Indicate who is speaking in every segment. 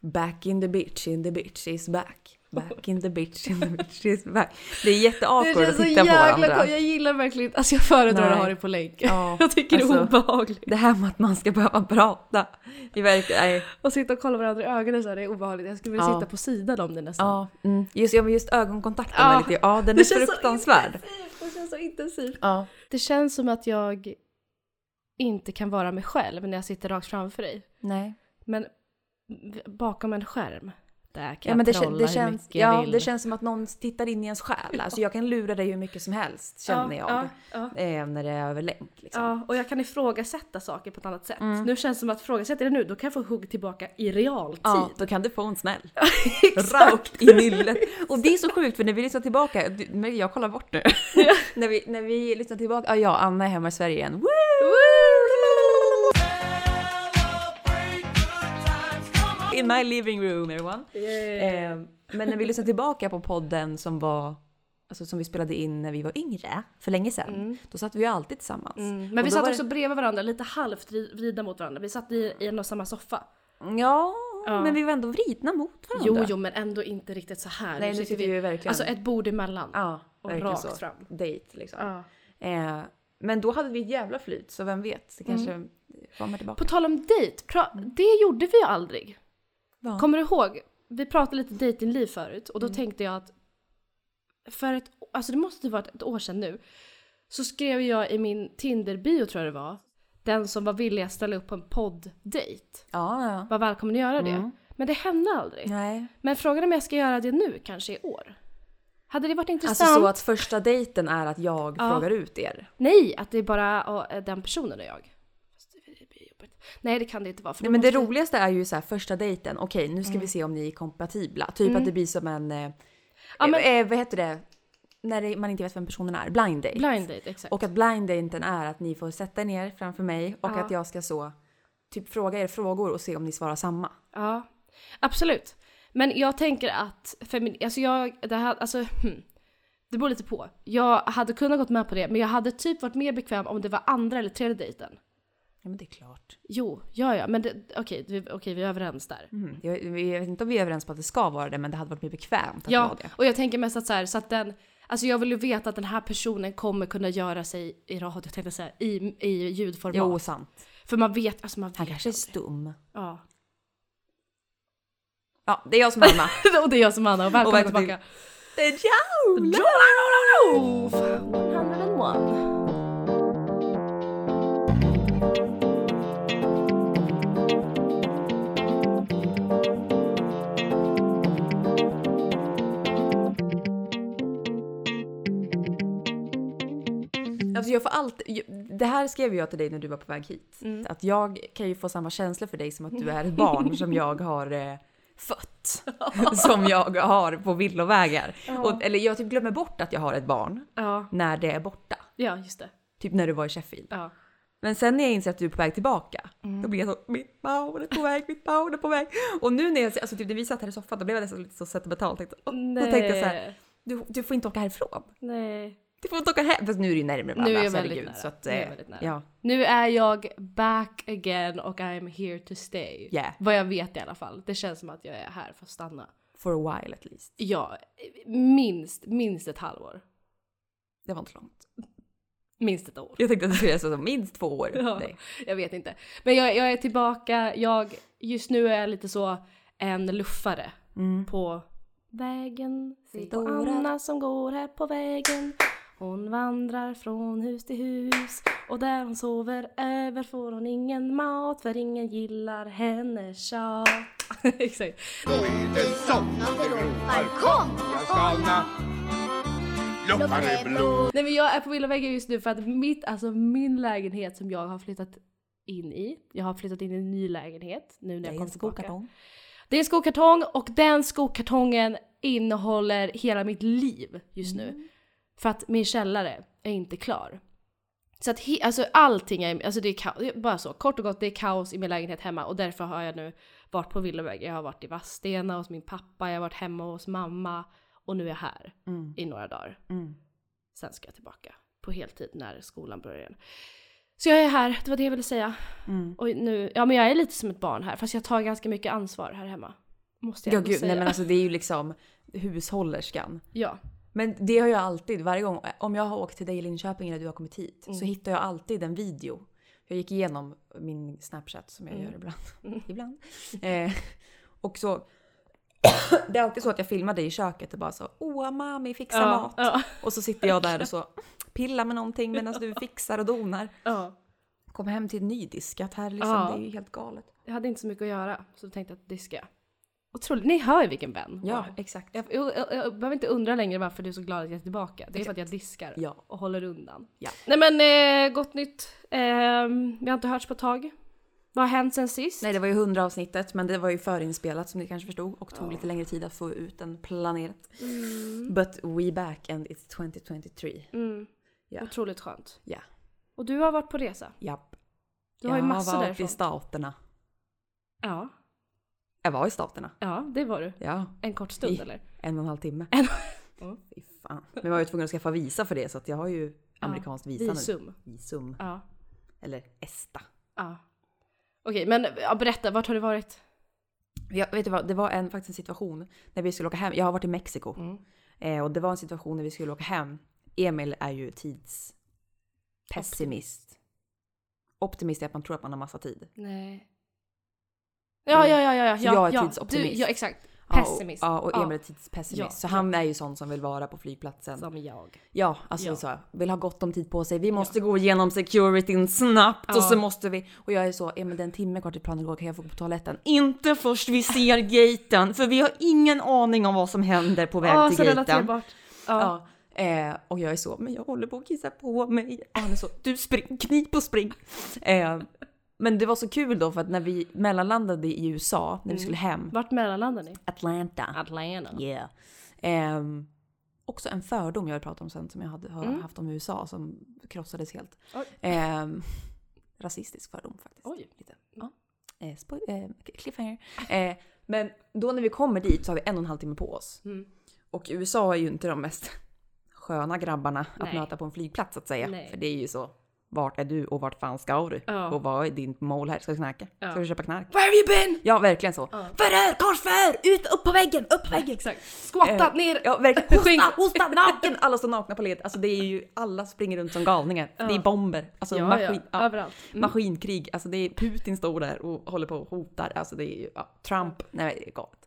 Speaker 1: Back in the bitch, in the bitch is back. Back in the bitch, in the bitch is back. Det är jätteawkward att titta på varandra.
Speaker 2: Jag gillar verkligen Alltså jag föredrar
Speaker 1: Nej.
Speaker 2: att ha det på länk.
Speaker 1: Ja,
Speaker 2: Jag tycker det är
Speaker 1: alltså,
Speaker 2: obehagligt.
Speaker 1: det här med att man ska behöva prata. I verk- nej.
Speaker 2: Och sitta och kolla varandra i ögonen så här, det är obehagligt. Jag skulle vilja
Speaker 1: Ja.
Speaker 2: sitta på sidan om det nästan.
Speaker 1: Ja, mm. just, ja, men just ögonkontakten
Speaker 2: Ja.
Speaker 1: är lite, ja den
Speaker 2: Det
Speaker 1: är
Speaker 2: känns så
Speaker 1: fruktansvärd.
Speaker 2: Det känns så intensivt.
Speaker 1: Ja.
Speaker 2: Det känns som att jag inte kan vara mig själv när jag sitter rakt framför dig.
Speaker 1: Nej.
Speaker 2: Men v- bakom en skärm, där kan
Speaker 1: Ja, men det,
Speaker 2: jag trolla
Speaker 1: kän- det,
Speaker 2: hur
Speaker 1: känns,
Speaker 2: mycket jag
Speaker 1: ja,
Speaker 2: vill.
Speaker 1: det känns som att någon tittar in i ens själ. Alltså jag kan lura dig hur mycket som helst känner jag.
Speaker 2: Ja, ja, ja.
Speaker 1: Eh, när det är över länk. Liksom.
Speaker 2: Ja, och jag kan ifrågasätta saker på ett annat sätt.
Speaker 1: Mm.
Speaker 2: Nu känns det som att ifrågasätter jag det nu, då kan jag få hugg tillbaka i realtid.
Speaker 1: Ja, då kan du få en snäll.
Speaker 2: Exakt.
Speaker 1: Rakt i nyllet. Och det är så sjukt för när vi lyssnar tillbaka, du- men jag kollar bort nu. när, vi, när vi lyssnar tillbaka, ja, ja Anna är hemma i Sverige igen. Woo! In my living room everyone. Eh, men när vi lyssnar tillbaka på podden som var Alltså som vi spelade in när vi var yngre, för länge sedan. Då satt vi ju alltid tillsammans.
Speaker 2: Mm.
Speaker 1: Och
Speaker 2: Men
Speaker 1: då
Speaker 2: vi satt
Speaker 1: var det-
Speaker 2: också bredvid varandra, lite halvt vri- vridna mot varandra. Vi satt i, i en och samma soffa.
Speaker 1: Ja,
Speaker 2: Ja.
Speaker 1: men vi var ändå vridna mot varandra.
Speaker 2: Jo, jo, men ändå inte riktigt så här.
Speaker 1: Nej, nu sitter vi ju verkligen...
Speaker 2: Alltså ett bord emellan.
Speaker 1: ja,
Speaker 2: och
Speaker 1: verkligen
Speaker 2: rakt
Speaker 1: så.
Speaker 2: fram.
Speaker 1: Date liksom.
Speaker 2: Ja.
Speaker 1: Eh, men då hade vi ett jävla flyt, så vem vet, det
Speaker 2: Mm.
Speaker 1: kanske kommer tillbaka.
Speaker 2: På tal om dejt, pra-
Speaker 1: Mm.
Speaker 2: det gjorde vi ju aldrig.
Speaker 1: Va?
Speaker 2: Kommer du ihåg? Vi pratade lite dejtingliv förut
Speaker 1: Mm.
Speaker 2: och då tänkte jag att för ett, alltså det måste vara ett år sedan nu, så skrev jag i min Tinder-bio tror jag det var, den som var villig att ställa upp på en podd-dejt.
Speaker 1: Ja, ja.
Speaker 2: Var välkommen att göra det.
Speaker 1: Mm.
Speaker 2: Men det hände aldrig.
Speaker 1: Nej.
Speaker 2: Men frågan är om jag ska göra det nu, kanske i år. Hade det varit
Speaker 1: Alltså
Speaker 2: intressant?
Speaker 1: så att första dejten är att jag
Speaker 2: Ja.
Speaker 1: frågar ut er.
Speaker 2: Nej, att det är bara ja, den personen och jag. Fast det blir jobbigt. Nej, det kan det inte vara. För
Speaker 1: Nej
Speaker 2: då
Speaker 1: men det
Speaker 2: måste- Mm.
Speaker 1: roligaste är ju så här första dejten, okej nu ska vi se om ni är kompatibla. Typ att det blir som en, eh,
Speaker 2: Ja, men-
Speaker 1: eh, vad heter det, när det, man inte vet vem personen är, blind date.
Speaker 2: Blind date, exakt.
Speaker 1: Och att blind daten är att ni får sätta er ner framför mig och
Speaker 2: Ja.
Speaker 1: att jag ska så typ fråga er frågor och se om ni svarar samma.
Speaker 2: Ja, absolut. Men jag tänker att, femin- alltså jag, det här, alltså hmm. Det beror lite på. Jag hade kunnat gått med på det, men jag hade typ varit mer bekväm om det var andra eller tredje dejten.
Speaker 1: Ja men det är klart.
Speaker 2: Jo, ja ja, men det- okej, vi- okej, vi är överens där.
Speaker 1: Mm. Jag, jag vet inte om vi är överens på att det ska vara det men det hade varit mer bekvämt att det
Speaker 2: Ja,
Speaker 1: var det.
Speaker 2: och jag tänker mest att så här, så att den, alltså jag vill ju veta att den här personen kommer kunna göra sig i radio, jag tänkte säga, i, i ljudformat.
Speaker 1: Jo sant.
Speaker 2: För man vet, alltså man vet.
Speaker 1: Han kanske är
Speaker 2: aldrig.
Speaker 1: stum.
Speaker 2: Ja.
Speaker 1: Ja det är jag som är Anna.
Speaker 2: och det är jag som Anna och välkommen
Speaker 1: välkommen
Speaker 2: tillbaka.
Speaker 1: det är jag!
Speaker 2: Oh, fan, 101.
Speaker 1: Alltså jag får allt, det här skrev jag till dig när du var på väg hit.
Speaker 2: Mm.
Speaker 1: Att jag kan ju få samma känsla för dig som att du är ett barn som jag har eh, fött. som jag har på villovägar. Och, eller jag typ glömmer bort att jag har ett barn
Speaker 2: Ja,
Speaker 1: när det är borta.
Speaker 2: ja just det.
Speaker 1: Typ när du var i Sheffield.
Speaker 2: Ja.
Speaker 1: Men sen när jag inser att du är på väg tillbaka,
Speaker 2: Mm.
Speaker 1: då blir jag så mitt barn är på väg, mitt barn är på väg. Och nu när, jag, alltså typ när vi satt här i soffan, då blev jag nästan lite så sentimental. Tänkte, och, då tänkte jag så här, du, du får inte åka härifrån.
Speaker 2: Nej.
Speaker 1: Du får inte åka hem. Fast nu är det ju närmare
Speaker 2: Nu
Speaker 1: varandra,
Speaker 2: är jag
Speaker 1: så
Speaker 2: väldigt
Speaker 1: herregud,
Speaker 2: nära.
Speaker 1: Så att,
Speaker 2: Nu är jag
Speaker 1: eh,
Speaker 2: väldigt nära.
Speaker 1: Ja.
Speaker 2: Nu är jag back again och I'm here to stay.
Speaker 1: Yeah.
Speaker 2: Vad jag vet i alla fall. Det känns som att jag är här för att stanna.
Speaker 1: For a while at least.
Speaker 2: Ja, minst, minst ett halvår.
Speaker 1: Det var inte långt.
Speaker 2: Minst ett år.
Speaker 1: Jag tänkte att det skulle säga så, minst två år.
Speaker 2: Ja,
Speaker 1: Nej.
Speaker 2: Jag vet inte. Men jag, jag är tillbaka, jag, just nu är jag lite så en luffare
Speaker 1: Mm.
Speaker 2: på vägen. Se på
Speaker 1: Stora.
Speaker 2: Anna som går här på vägen. Hon vandrar från hus till hus och där hon sover över får hon ingen mat för ingen gillar hennes tjat. Exakt.
Speaker 3: Den somnade ropar kom! Jag skalna Loppan är blå
Speaker 2: Nej men jag är på villavägen just nu för att mitt, alltså min lägenhet som jag har flyttat in i. Jag har flyttat in i en ny lägenhet nu när
Speaker 1: Det
Speaker 2: jag
Speaker 1: är en
Speaker 2: kom tillbaka.
Speaker 1: skokartong.
Speaker 2: Det är en skokartong och den skokartongen innehåller hela mitt liv just nu. För att min källare är inte klar. Så att he- alltså allting är, alltså det är kaos, det är bara så kort och gott det är kaos i min lägenhet hemma och därför har jag nu varit på villaväg. Jag har varit i Vadstena hos min pappa, jag har varit hemma hos mamma och nu är jag här
Speaker 1: Mm.
Speaker 2: i några dagar.
Speaker 1: Mm.
Speaker 2: Sen ska jag tillbaka på heltid när skolan börjar igen. Så jag är här, det var det jag ville säga.
Speaker 1: Mm.
Speaker 2: Och nu, ja men jag är lite som ett barn här fast jag tar ganska mycket ansvar här hemma. Måste jag
Speaker 1: Ja
Speaker 2: ändå
Speaker 1: gud,
Speaker 2: säga.
Speaker 1: nej men alltså det är ju liksom hushållerskan.
Speaker 2: Ja.
Speaker 1: Men det har jag alltid, varje gång, om jag har åkt till dig i Linköping eller du har kommit hit,
Speaker 2: Mm.
Speaker 1: så hittar jag alltid en video. Jag gick igenom min Snapchat som
Speaker 2: Mm.
Speaker 1: jag gör ibland. ibland. Eh, och så, det är alltid så att jag filmar dig i köket och bara så “Åh mami, fixa
Speaker 2: Ja,
Speaker 1: mat”.
Speaker 2: ja,
Speaker 1: Och så sitter jag där och så pillar med någonting medan du fixar och donar.
Speaker 2: ja.
Speaker 1: Kom hem till nydiskat här liksom,
Speaker 2: Ja.
Speaker 1: det är ju helt galet.
Speaker 2: Jag hade inte så mycket att göra så då tänkte jag att diska. Otroligt, ni hör ju vilken vän hon
Speaker 1: Ja,
Speaker 2: är.
Speaker 1: exakt.
Speaker 2: jag, jag, jag, jag behöver inte undra längre varför du är så glad att jag är tillbaka. Det är för att jag diskar
Speaker 1: Ja.
Speaker 2: och håller undan.
Speaker 1: Ja.
Speaker 2: Nej men eh, gott nytt. Eh, vi har inte hörts på ett tag. Vad har hänt sen sist?
Speaker 1: Nej, det var ju 100 avsnittet, men det var ju förinspelat som ni kanske förstod och tog lite längre tid att få ut än planerat. But we back and it's 2023.
Speaker 2: Mm.
Speaker 1: Ja.
Speaker 2: Otroligt skönt.
Speaker 1: Ja,
Speaker 2: Och du har varit på resa.
Speaker 1: japp.
Speaker 2: Du har ju massor
Speaker 1: Jag var
Speaker 2: därifrån.
Speaker 1: i staterna.
Speaker 2: Ja,
Speaker 1: Jag var i staterna.
Speaker 2: ja, det var du.
Speaker 1: Ja,
Speaker 2: En kort stund
Speaker 1: I-
Speaker 2: eller?
Speaker 1: en och en halv timme.
Speaker 2: En-
Speaker 1: Mm. Fy fan. Men jag var ju tvungen att skaffa visa för det så att jag har ju amerikanskt visa nu.
Speaker 2: Visum.
Speaker 1: Visum.
Speaker 2: Ja.
Speaker 1: Eller ESTA.
Speaker 2: ja. Okej,
Speaker 1: Mm.
Speaker 2: men ja, berätta, vart har du varit?
Speaker 1: Jag, vet du vad, det var en, faktiskt en situation när vi skulle åka hem. Jag har varit i Mexiko.
Speaker 2: Mm.
Speaker 1: Eh, och det var en situation när vi skulle åka hem. Emil är ju tidspessimist. Optimist är att man tror att man har massa tid.
Speaker 2: Nej. Ja, ja, ja, ja, ja.
Speaker 1: Så jag är
Speaker 2: ja,
Speaker 1: tidsoptimist.
Speaker 2: Du, ja, exakt.
Speaker 1: Ja, och-
Speaker 2: Pessimist.
Speaker 1: Ja, och
Speaker 2: Ja.
Speaker 1: Emil är tidspessimist.
Speaker 2: Ja,
Speaker 1: så han är ju sån som vill vara på flygplatsen.
Speaker 2: Som jag.
Speaker 1: Ja, alltså
Speaker 2: Ja.
Speaker 1: så, vill ha gott om tid på sig. Vi måste gå igenom securityn snabbt
Speaker 2: Ja.
Speaker 1: och så måste vi. Och jag är så, ja men det är en timme kvar till planen går, kan jag få gå på toaletten? Inte först vi ser gaten, för vi har ingen aning om vad som händer på väg
Speaker 2: Ja,
Speaker 1: till
Speaker 2: så
Speaker 1: gaten.
Speaker 2: relaterbart. Ja.
Speaker 1: Ja. Eh, och jag är så, men jag håller på att kissa på mig. Och Han är så, du spring, knip och spring. Eh, men det var så kul då för att när vi mellanlandade i USA,
Speaker 2: Mm.
Speaker 1: när vi skulle hem,
Speaker 2: Vart mellanlandar ni?
Speaker 1: Atlanta.
Speaker 2: Atlanta.
Speaker 1: Yeah. Ehm, också en fördom jag vill prata om sen som jag hade, har
Speaker 2: Mm.
Speaker 1: haft om USA som krossades helt.
Speaker 2: Oj.
Speaker 1: Ehm, rasistisk fördom faktiskt.
Speaker 2: Oj.
Speaker 1: Lite. Ja. Eh, spoil- eh, cliffhanger. Eh, men då när vi kommer dit så har vi en och en halv timme på oss.
Speaker 2: Mm.
Speaker 1: Och USA är ju inte de mest sköna grabbarna att
Speaker 2: Nej.
Speaker 1: möta på en flygplats så att säga.
Speaker 2: Nej.
Speaker 1: För det är ju så. Vart är du och vart fan ska du?
Speaker 2: Ja.
Speaker 1: Och vad är ditt mål här? Ska du knarka?
Speaker 2: Ja.
Speaker 1: Ska du köpa knark?
Speaker 2: Where have you been?
Speaker 1: Ja, verkligen så.
Speaker 2: Ja.
Speaker 1: Förhör! Korsförhör! Ut! Upp på väggen! Upp på väggen!
Speaker 2: Exakt. Squatta
Speaker 1: Eh,
Speaker 2: ner!
Speaker 1: Ja verkligen.
Speaker 2: Skinn.
Speaker 1: Hosta, hosta, naken! Alla står nakna på led. Alltså det är ju, alla springer runt som galningar. Det är bomber. Alltså
Speaker 2: Ja,
Speaker 1: maskin,
Speaker 2: ja,
Speaker 1: ja.
Speaker 2: överallt. Mm.
Speaker 1: Maskinkrig. Alltså det är Putin står där och håller på och hotar. Alltså det är ju, ja, Trump. Nej det är galet.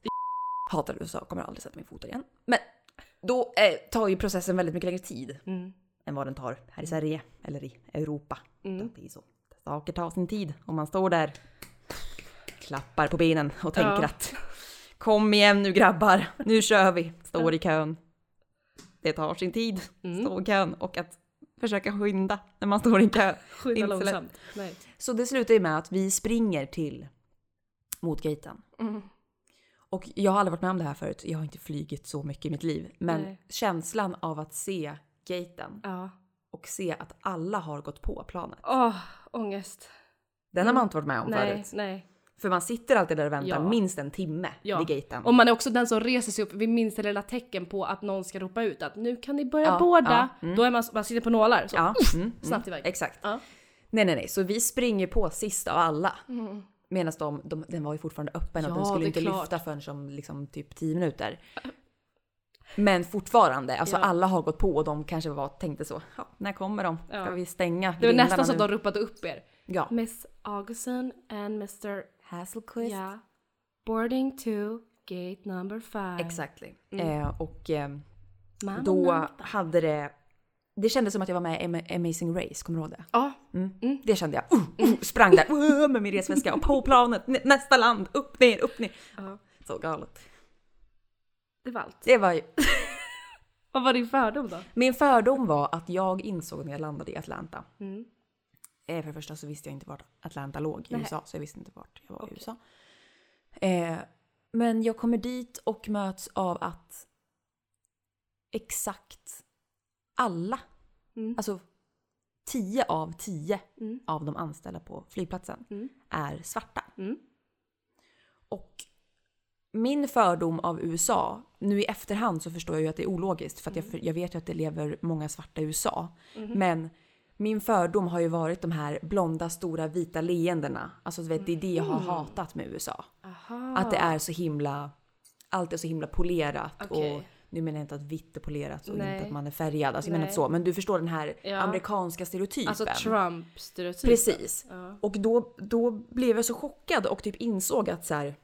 Speaker 1: Hatar USA, kommer aldrig sätta min fot där igen. Men då eh, tar ju processen väldigt mycket längre tid
Speaker 2: Mm.
Speaker 1: än vad den tar här i Sverige eller i Europa.
Speaker 2: Mm.
Speaker 1: Det är så. Saker tar sin tid och man står där, klappar på benen och tänker
Speaker 2: Ja.
Speaker 1: att kom igen nu grabbar, nu kör vi. Står i kön. Det tar sin tid,
Speaker 2: Mm.
Speaker 1: stå i kön och att försöka skynda när man står i kö.
Speaker 2: Skynda
Speaker 1: Inte så lätt.
Speaker 2: långsamt. Nej.
Speaker 1: Så det slutar ju med att vi springer till mot gaten.
Speaker 2: Mm.
Speaker 1: Och jag har aldrig varit med om det här förut, jag har inte flygit så mycket i mitt liv. Men
Speaker 2: Nej.
Speaker 1: känslan av att se gaten
Speaker 2: Ja.
Speaker 1: och se att alla har gått på planet.
Speaker 2: Åh, ångest.
Speaker 1: Den har man inte varit med om
Speaker 2: Mm. Nej,
Speaker 1: förut.
Speaker 2: nej.
Speaker 1: För man sitter alltid där och väntar
Speaker 2: Ja.
Speaker 1: minst en timme
Speaker 2: Ja.
Speaker 1: vid gaten.
Speaker 2: Och man är också den som reser sig upp vid minsta lilla tecken på att någon ska ropa ut att nu kan ni börja
Speaker 1: Ja,
Speaker 2: båda.
Speaker 1: ja, mm.
Speaker 2: Då är man, man sitter på nålar. Så.
Speaker 1: ja. mm, mm,
Speaker 2: snabbt iväg.
Speaker 1: Exakt.
Speaker 2: Ja.
Speaker 1: Nej, nej, nej. Så vi springer på sist av alla. Medan de, de, den var ju fortfarande öppen och
Speaker 2: Mm. Ja,
Speaker 1: den skulle
Speaker 2: det
Speaker 1: inte
Speaker 2: är klart.
Speaker 1: lyfta förrän som liksom typ 10 minuter. Men fortfarande, alltså
Speaker 2: Ja.
Speaker 1: alla har gått på och de kanske var, tänkte så, ja, när kommer de? Ska
Speaker 2: Ja.
Speaker 1: vi stänga
Speaker 2: Det var
Speaker 1: grindarna
Speaker 2: nästan så
Speaker 1: nu?
Speaker 2: att de ropade upp er.
Speaker 1: Ja.
Speaker 2: Miss Augustin and Mr.
Speaker 1: Hasselquist.
Speaker 2: Yeah. Boarding to gate number five.
Speaker 1: Exactly.
Speaker 2: Mm.
Speaker 1: Eh, och ehm,
Speaker 2: Mamma
Speaker 1: då
Speaker 2: mia.
Speaker 1: hade det... Det kändes som att jag var med i Ama- Amazing Race, kommer du ihåg det?
Speaker 2: Ja.
Speaker 1: Mm.
Speaker 2: Mm.
Speaker 1: Det kände jag. Uh, uh, sprang där uh, med min resväska och på planet, nä- nästa land, upp, ner, upp, ner.
Speaker 2: ja,
Speaker 1: Så galet.
Speaker 2: det var allt.
Speaker 1: Det var ju...
Speaker 2: Vad var din fördom då?
Speaker 1: Min fördom var att jag insåg när jag landade i Atlanta.
Speaker 2: Mm.
Speaker 1: Eh, för det första så visste jag inte vart Atlanta låg i
Speaker 2: Nej.
Speaker 1: USA, så jag visste inte vart jag var i USA. Eh, men jag kommer dit och möts av att exakt alla,
Speaker 2: Mm.
Speaker 1: alltså 10 av 10
Speaker 2: Mm.
Speaker 1: av de anställda på flygplatsen
Speaker 2: Mm.
Speaker 1: är svarta.
Speaker 2: Mm.
Speaker 1: Och min fördom av USA, nu i efterhand så förstår jag ju att det är ologiskt för att jag,
Speaker 2: Mm.
Speaker 1: för- jag vet ju att det lever många svarta i USA.
Speaker 2: Mm-hmm.
Speaker 1: Men min fördom har ju varit de här blonda, stora, vita leendena. Alltså du vet, det är det jag har hatat med USA.
Speaker 2: Mm. Aha.
Speaker 1: Att det är så himla allt är så himla polerat
Speaker 2: Okej.
Speaker 1: och nu menar jag inte att vitt är polerat och
Speaker 2: Nej.
Speaker 1: inte att man är färgad, alltså jag menar
Speaker 2: Nej.
Speaker 1: inte så, men du förstår den här
Speaker 2: Ja.
Speaker 1: amerikanska stereotypen.
Speaker 2: Alltså Trump-stereotypen.
Speaker 1: Precis.
Speaker 2: Ja.
Speaker 1: Och då, då blev jag så chockad och typ insåg att så här,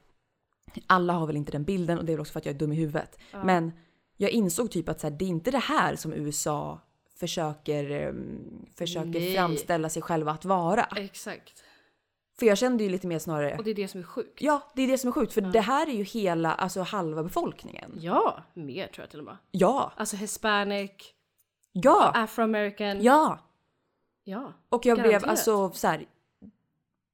Speaker 1: alla har väl inte den bilden och det är väl också för att jag är dum i huvudet. Men jag insåg typ att så här, det är inte det här som USA försöker, ehm, försöker
Speaker 2: Nej.
Speaker 1: framställa sig själva att vara.
Speaker 2: Exakt.
Speaker 1: För jag kände ju lite mer snarare,
Speaker 2: Och det är det som är sjukt.
Speaker 1: ja det är det som är sjukt för det här är ju hela, alltså halva befolkningen.
Speaker 2: Ja, mer tror jag till och med.
Speaker 1: Ja,
Speaker 2: Alltså hispanic,
Speaker 1: ja,
Speaker 2: afroamerican.
Speaker 1: ja.
Speaker 2: ja.
Speaker 1: Och jag
Speaker 2: Garanterat.
Speaker 1: blev alltså så här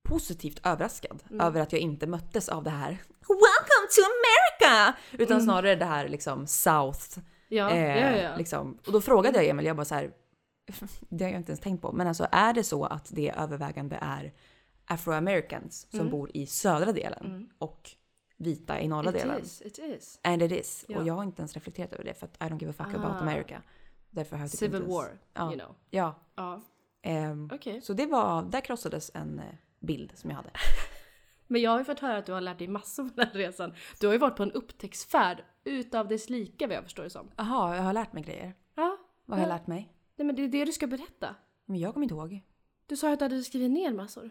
Speaker 1: positivt överraskad
Speaker 2: Mm.
Speaker 1: över att jag inte möttes av det här “Welcome to America!” utan snarare det här liksom South.
Speaker 2: Mm. Ja,
Speaker 1: eh,
Speaker 2: ja, ja.
Speaker 1: Liksom. Och då frågade jag Emil, jag bara så här, det har jag inte ens tänkt på, men alltså är det så att det övervägande är afroamericans som
Speaker 2: Mm.
Speaker 1: bor i södra delen och vita i norra delen?
Speaker 2: It is, it is.
Speaker 1: And it is.
Speaker 2: Ja.
Speaker 1: Och jag har inte ens reflekterat över det för att I don't give a fuck
Speaker 2: Ah.
Speaker 1: about America. Därför har jag typ inte
Speaker 2: Civil
Speaker 1: ens-
Speaker 2: war,
Speaker 1: Ja.
Speaker 2: you know.
Speaker 1: Ja.
Speaker 2: Ja,
Speaker 1: ehm,
Speaker 2: okej.
Speaker 1: så det var, där krossades en eh, bild som jag hade.
Speaker 2: Men jag har ju fått höra att du har lärt dig massor på den här resan. Du har ju varit på en upptäcktsfärd utav dess like vad jag förstår det som.
Speaker 1: Jaha, jag har lärt mig grejer.
Speaker 2: Ja.
Speaker 1: Vad har jag lärt mig?
Speaker 2: Nej men det är det du ska berätta.
Speaker 1: Men jag kommer inte ihåg.
Speaker 2: Du sa ju att du hade skrivit ner massor.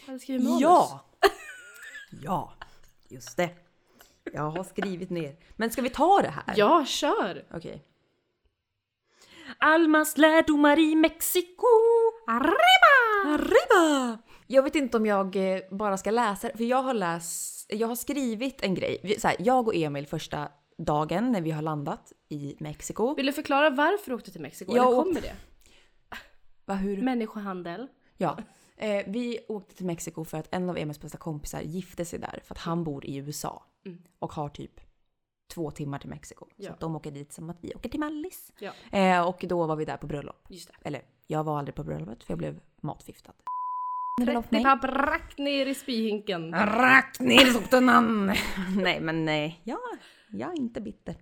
Speaker 2: Du hade skrivit manus.
Speaker 1: ja! Just det. Jag har skrivit ner. Men ska vi ta det här?
Speaker 2: Ja, kör!
Speaker 1: Okej. Almas lärdomar i Mexiko! Arriba! Arriba! Jag vet inte om jag eh, bara ska läsa för jag har läst, jag har skrivit en grej. Vi- Så här, jag och Emil första dagen när vi har landat i Mexiko.
Speaker 2: Vill du förklara varför du åkte till Mexiko?
Speaker 1: Ja,
Speaker 2: Eller
Speaker 1: och-
Speaker 2: kommer det?
Speaker 1: Va, hur?
Speaker 2: Människohandel.
Speaker 1: Ja. Eh, vi åkte till Mexiko för att en av Emils bästa kompisar gifte sig där för att han bor i USA och har typ två timmar till Mexiko.
Speaker 2: Mm. Ja.
Speaker 1: Så att de åker dit som att vi åker till Mallis.
Speaker 2: Ja,
Speaker 1: Eh, och då var vi där på bröllop.
Speaker 2: just det.
Speaker 1: Eller jag var aldrig på bröllopet för jag blev matfiftad.
Speaker 2: 30 papp rakt ner i spyhinken.
Speaker 1: Rakt ner sottenan! nej men nej, ja, jag är inte bitter.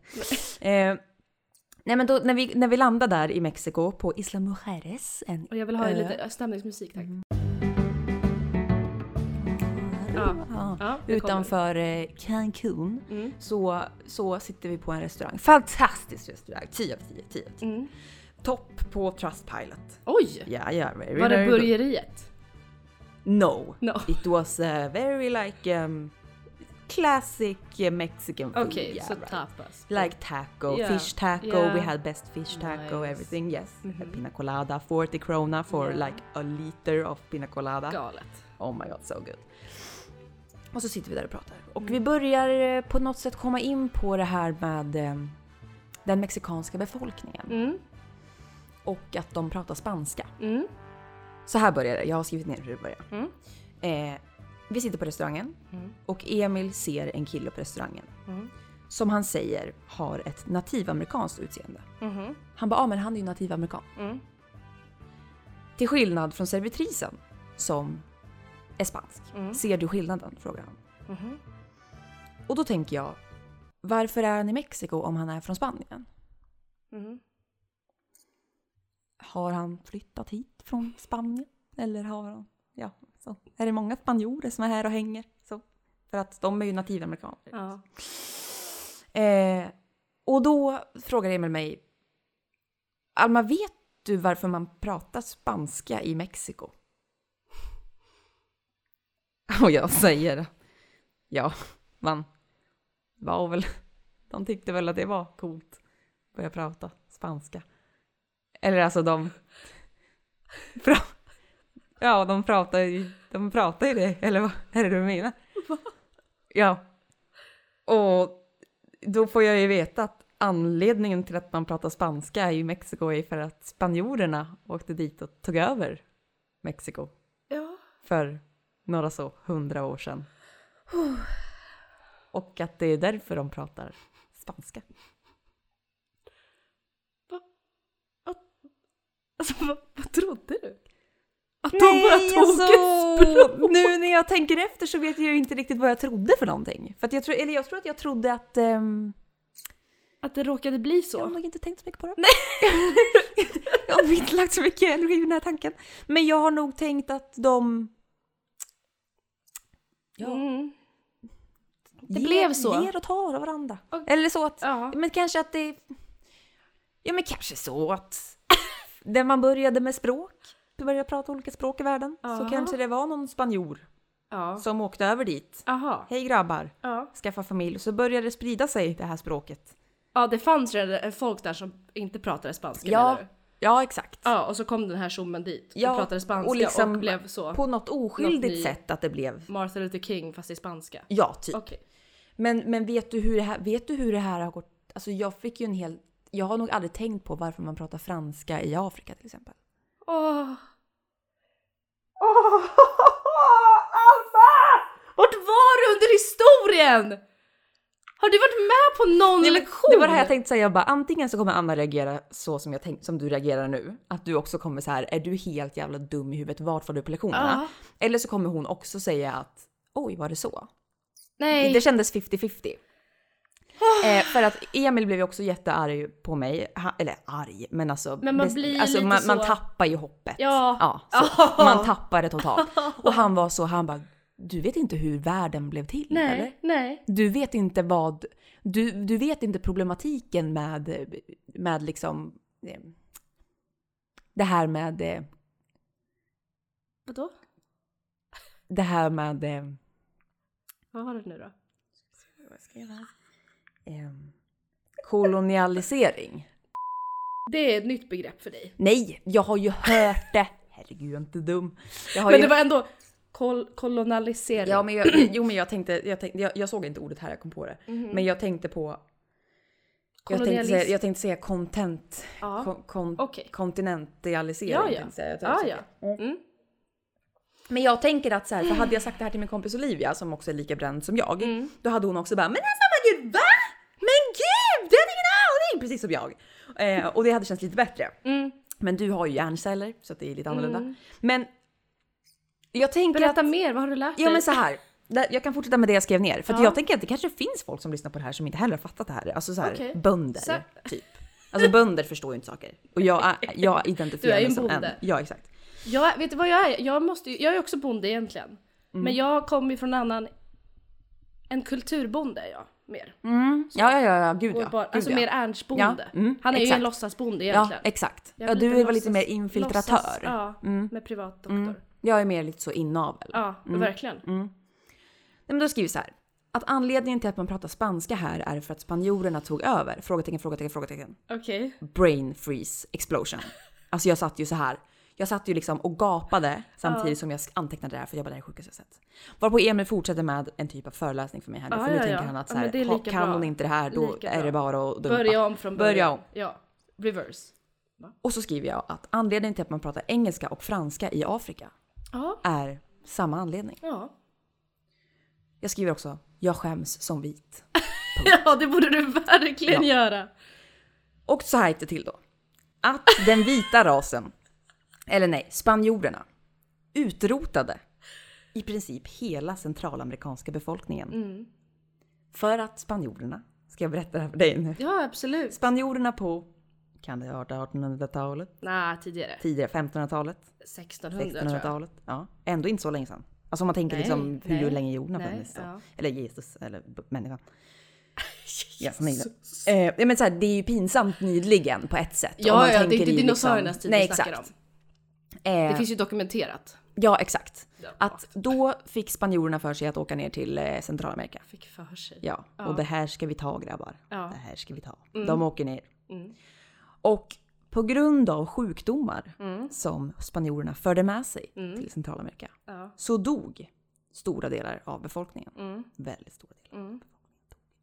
Speaker 1: eh, nej men då, när, vi, när vi landade där i Mexiko på Isla Mujeres, en
Speaker 2: Och jag vill ha
Speaker 1: ö.
Speaker 2: lite stämningsmusik tack. Ja.
Speaker 1: Ja.
Speaker 2: Ja, det kommer.
Speaker 1: utanför eh, Cancun
Speaker 2: Mm.
Speaker 1: så, så sitter vi på en restaurang. Fantastisk restaurang! 10 av 10, 10 av 10.
Speaker 2: Mm.
Speaker 1: Topp på Trustpilot.
Speaker 2: Oj!
Speaker 1: Ja, ja, very,
Speaker 2: Var det
Speaker 1: very good.
Speaker 2: burgeriet?
Speaker 1: No.
Speaker 2: No.
Speaker 1: It was eh, very like um, classic eh, Mexican food.
Speaker 2: Okej,
Speaker 1: yeah,
Speaker 2: så
Speaker 1: right.
Speaker 2: tapas.
Speaker 1: Like taco,
Speaker 2: Yeah.
Speaker 1: fish taco, we
Speaker 2: Yeah.
Speaker 1: had best fish taco,
Speaker 2: Nice.
Speaker 1: everything, yes.
Speaker 2: Mhm.
Speaker 1: Pina colada, 40 krona for
Speaker 2: Yeah.
Speaker 1: like a liter of pina colada.
Speaker 2: Galet.
Speaker 1: Oh my god, so good. Och så sitter vi där och pratar. Och vi börjar eh, på något sätt komma in på det här med eh, den mexikanska befolkningen.
Speaker 2: Mm,
Speaker 1: Och att de pratar spanska.
Speaker 2: mm,
Speaker 1: Så här börjar det, jag har skrivit ner hur det börjar.
Speaker 2: Mm.
Speaker 1: Eh, vi sitter på restaurangen
Speaker 2: Mm.
Speaker 1: och Emil ser en kille på restaurangen.
Speaker 2: Mm.
Speaker 1: Som han säger har ett nativamerikanskt utseende.
Speaker 2: mhm,
Speaker 1: Han bara, ah, men han är ju nativamerikan.
Speaker 2: mm.
Speaker 1: Till skillnad från servitrisen som är spansk.
Speaker 2: Mm.
Speaker 1: Ser du skillnaden? frågar han.
Speaker 2: Mhm.
Speaker 1: Och då tänker jag, varför är han i Mexiko om han är från Spanien?
Speaker 2: Mhm.
Speaker 1: Har han flyttat hit från Spanien? Eller har han... Ja, så. Är det många spanjorer som är här och hänger? Så. För att de är ju nativamerikaner.
Speaker 2: Ja.
Speaker 1: Eh, och då frågar Emil mig, Alma vet du varför man pratar spanska i Mexiko? Och jag säger, ja, man var väl, de tyckte väl att det var coolt att börja prata spanska. Eller alltså de, pra, ja de pratar ju, de pratar ju det, eller vad är det du menar? Ja. Och då får jag ju veta att anledningen till att man pratar spanska i Mexiko är för att spanjorerna åkte dit och tog över Mexiko
Speaker 2: ja.
Speaker 1: för några så hundra år sedan. Och att det är därför de pratar spanska.
Speaker 2: Alltså vad, vad trodde du? Att de
Speaker 1: Nej,
Speaker 2: bara tog
Speaker 1: alltså,
Speaker 2: ett språk?
Speaker 1: Nu när jag tänker efter så vet jag ju inte riktigt vad jag trodde för någonting. För att jag, tror, eller jag tror att jag trodde att... ehm,
Speaker 2: Att det råkade bli så?
Speaker 1: Jag har nog inte tänkt så mycket på det. Nej. jag har nog inte lagt så mycket energi i den här tanken. Men jag har nog tänkt att de... Ja,
Speaker 2: Mm. Det blev så.
Speaker 1: Mm, Ger och tar av varandra.
Speaker 2: Och-
Speaker 1: Eller så att,
Speaker 2: Ja.
Speaker 1: men kanske att det... Ja men kanske så att... Där man började med språk, började prata olika språk i världen,
Speaker 2: Ja.
Speaker 1: så kanske det var någon spanjor
Speaker 2: Ja.
Speaker 1: som åkte över dit.
Speaker 2: Aha.
Speaker 1: Hej grabbar,
Speaker 2: Ja.
Speaker 1: skaffa familj. Så började det sprida sig, det här språket.
Speaker 2: ja, det fanns redan eh, folk där som inte pratade spanska
Speaker 1: Ja.
Speaker 2: menar du?
Speaker 1: Ja, exakt.
Speaker 2: Ja, och så kom den här tjommen dit och
Speaker 1: Ja,
Speaker 2: pratade spanska och,
Speaker 1: och liksom-
Speaker 2: blev så
Speaker 1: På något oskyldigt
Speaker 2: Något ny.
Speaker 1: sätt att det blev...
Speaker 2: Martha Luther King fast i spanska.
Speaker 1: Ja, typ.
Speaker 2: Okej.
Speaker 1: Men, men vet, du hur det här, vet du hur det här har gått? Alltså jag fick ju en hel... Jag har nog aldrig tänkt på varför man pratar franska i Afrika till exempel.
Speaker 2: Åh! Vart var du under historien? Har du varit med på någon
Speaker 1: Nej, men
Speaker 2: lektion?
Speaker 1: Det var det här jag tänkte säga, jag bara antingen så kommer Anna reagera så som, jag tänk, som du reagerar nu. Att du också kommer så här, är du helt jävla dum i huvudet? Vart var du på lektionerna?
Speaker 2: Ja.
Speaker 1: Eller så kommer hon också säga att oj, var det så?
Speaker 2: Nej.
Speaker 1: Det kändes 50-50. Eh, för att Emil blev ju också jättearg på mig. Han, eller arg, men alltså.
Speaker 2: Men man
Speaker 1: det-
Speaker 2: blir
Speaker 1: alltså,
Speaker 2: lite
Speaker 1: man, man
Speaker 2: så.
Speaker 1: tappar ju hoppet.
Speaker 2: Ja.
Speaker 1: så. Man tappar det totalt. Och han var så, han bara, du vet inte hur världen blev till
Speaker 2: nej,
Speaker 1: eller?
Speaker 2: nej.
Speaker 1: Du vet inte vad, du, du vet inte problematiken med, med liksom eh, det här med, eh,
Speaker 2: Vadå?
Speaker 1: det här med, eh,
Speaker 2: Vad var det nu då?
Speaker 1: eh, kolonialisering.
Speaker 2: Det är ett nytt begrepp för dig.
Speaker 1: Nej, jag har ju hört det. Herregud, jag är inte dum. Jag har
Speaker 2: Men
Speaker 1: ju...
Speaker 2: det var ändå kol- kolonialisering.
Speaker 1: Ja, men jag, jo, men jag tänkte, jag, tänkte jag, jag såg inte ordet här, jag kom på det.
Speaker 2: Mhm.
Speaker 1: Men jag tänkte på, jag tänkte,
Speaker 2: Kolonialism.
Speaker 1: säga, jag tänkte säga content,
Speaker 2: Ja.
Speaker 1: kon, kon,
Speaker 2: Okej.
Speaker 1: kontinentialisering.
Speaker 2: Ja, ja.
Speaker 1: tänkte jag säga. Jag tror jag
Speaker 2: Ja,
Speaker 1: sa
Speaker 2: ja.
Speaker 1: det.
Speaker 2: Mm.
Speaker 1: Men jag tänker att så här, för hade jag sagt det här till min kompis Olivia som också är lika bränd som jag,
Speaker 2: Mm.
Speaker 1: då hade hon också bara “men alltså men gud va? Men gud, det hade ingen aning!” precis som jag. Eh, och det hade känts lite bättre.
Speaker 2: Mm.
Speaker 1: Men du har ju hjärnceller så att det är lite annorlunda. Men jag tänker att
Speaker 2: Berätta mer, vad har du lärt dig?
Speaker 1: Ja men så här. Där- Jag kan fortsätta med det jag skrev ner. För att
Speaker 2: Typ. Ja.
Speaker 1: jag tänker att det kanske finns folk som lyssnar på det här som inte heller har fattat det här. Alltså så här,
Speaker 2: Okej.
Speaker 1: bönder.
Speaker 2: Så-
Speaker 1: Typ. Alltså bönder förstår ju inte saker. Och jag, är- jag
Speaker 2: Du är
Speaker 1: identifierar
Speaker 2: ju
Speaker 1: mig
Speaker 2: en
Speaker 1: som en.
Speaker 2: bonde.
Speaker 1: Ja exakt.
Speaker 2: Jag, vet du vad jag är? Jag, måste, ju- jag är också bonde egentligen.
Speaker 1: Mm.
Speaker 2: Men jag kommer ju från en annan... En kulturbonde är jag mer.
Speaker 1: Ja ja ja, ja gud
Speaker 2: Och
Speaker 1: ja.
Speaker 2: bara,
Speaker 1: gud,
Speaker 2: alltså
Speaker 1: ja.
Speaker 2: mer Ernst-bonde.
Speaker 1: Ja, mm,
Speaker 2: Han är ju en
Speaker 1: exakt.
Speaker 2: låtsasbonde
Speaker 1: Ja
Speaker 2: egentligen.
Speaker 1: exakt.
Speaker 2: Jag
Speaker 1: Ja
Speaker 2: är
Speaker 1: du vill vara lite
Speaker 2: låtsas-
Speaker 1: mer infiltratör. Mm.
Speaker 2: låtsas- ja, med privatdoktor.
Speaker 1: Jag är mer lite så inavel.
Speaker 2: Ja, verkligen.
Speaker 1: Mm. Nej, men då skriver vi så här. Att anledningen till att man pratar spanska här är för att spanjorerna tog över? Frågetecken, frågetecken, frågetecken.
Speaker 2: Okej.
Speaker 1: brain freeze explosion. Alltså jag satt ju så här. Jag satt ju liksom och gapade samtidigt som jag antecknade det här för jag bara det här är det sjukaste jag sett. Varpå Emil fortsätter med en typ av föreläsning för mig här nu.
Speaker 2: Ja,
Speaker 1: för nu
Speaker 2: ja,
Speaker 1: tänker
Speaker 2: ja.
Speaker 1: han att
Speaker 2: Ja,
Speaker 1: så här,
Speaker 2: men det är
Speaker 1: ha,
Speaker 2: lika
Speaker 1: kan
Speaker 2: bra.
Speaker 1: hon inte det här då
Speaker 2: Lika
Speaker 1: är det bara att dumpa.
Speaker 2: Börja om från början.
Speaker 1: Börja om.
Speaker 2: Ja, reverse.
Speaker 1: Och så skriver jag att anledningen till att man pratar engelska och franska i Afrika
Speaker 2: Ja,
Speaker 1: är samma anledning.
Speaker 2: ja.
Speaker 1: Jag skriver också, jag skäms som vit.
Speaker 2: ja det borde du verkligen göra.
Speaker 1: Och så här gick det till då. Att den vita rasen, eller nej, spanjorerna, utrotade i princip hela centralamerikanska befolkningen. För att spanjorerna, ska jag berätta det här för dig nu?
Speaker 2: Ja, absolut.
Speaker 1: Spanjorerna på, kan det ha varit 1800-talet?
Speaker 2: Nej, tidigare.
Speaker 1: Tidigare 1500-talet?
Speaker 2: 1600, tror jag.
Speaker 1: 1600-talet? Ja, ändå inte så länge sedan. Alltså om man tänker
Speaker 2: Nej,
Speaker 1: liksom hur
Speaker 2: nej,
Speaker 1: länge jorden har
Speaker 2: nej,
Speaker 1: funnits. då.
Speaker 2: ja.
Speaker 1: Eller Jesus, eller b- människan. Ja, familjen. Eh, ja, men så här, det är ju pinsamt nyligen på ett sätt. om man
Speaker 2: Ja, ja, det är
Speaker 1: tänker
Speaker 2: inte
Speaker 1: i liksom-
Speaker 2: dinosauriernas tid
Speaker 1: Nej,
Speaker 2: vi snackar om.
Speaker 1: exakt. Eh,
Speaker 2: Det finns ju dokumenterat.
Speaker 1: Ja, exakt.
Speaker 2: Ja.
Speaker 1: Att då fick spanjorerna för sig att åka ner till eh, Centralamerika.
Speaker 2: Fick för sig.
Speaker 1: Ja, och det här ska vi ta grabbar.
Speaker 2: Ja. Mm.
Speaker 1: Det här ska vi ta. De åker ner. Och på grund av sjukdomar
Speaker 2: Mm.
Speaker 1: som spanjorerna förde med sig till Centralamerika
Speaker 2: Ja. Mm.
Speaker 1: så dog stora delar av befolkningen. Väldigt stora delar. av befolkningen dog.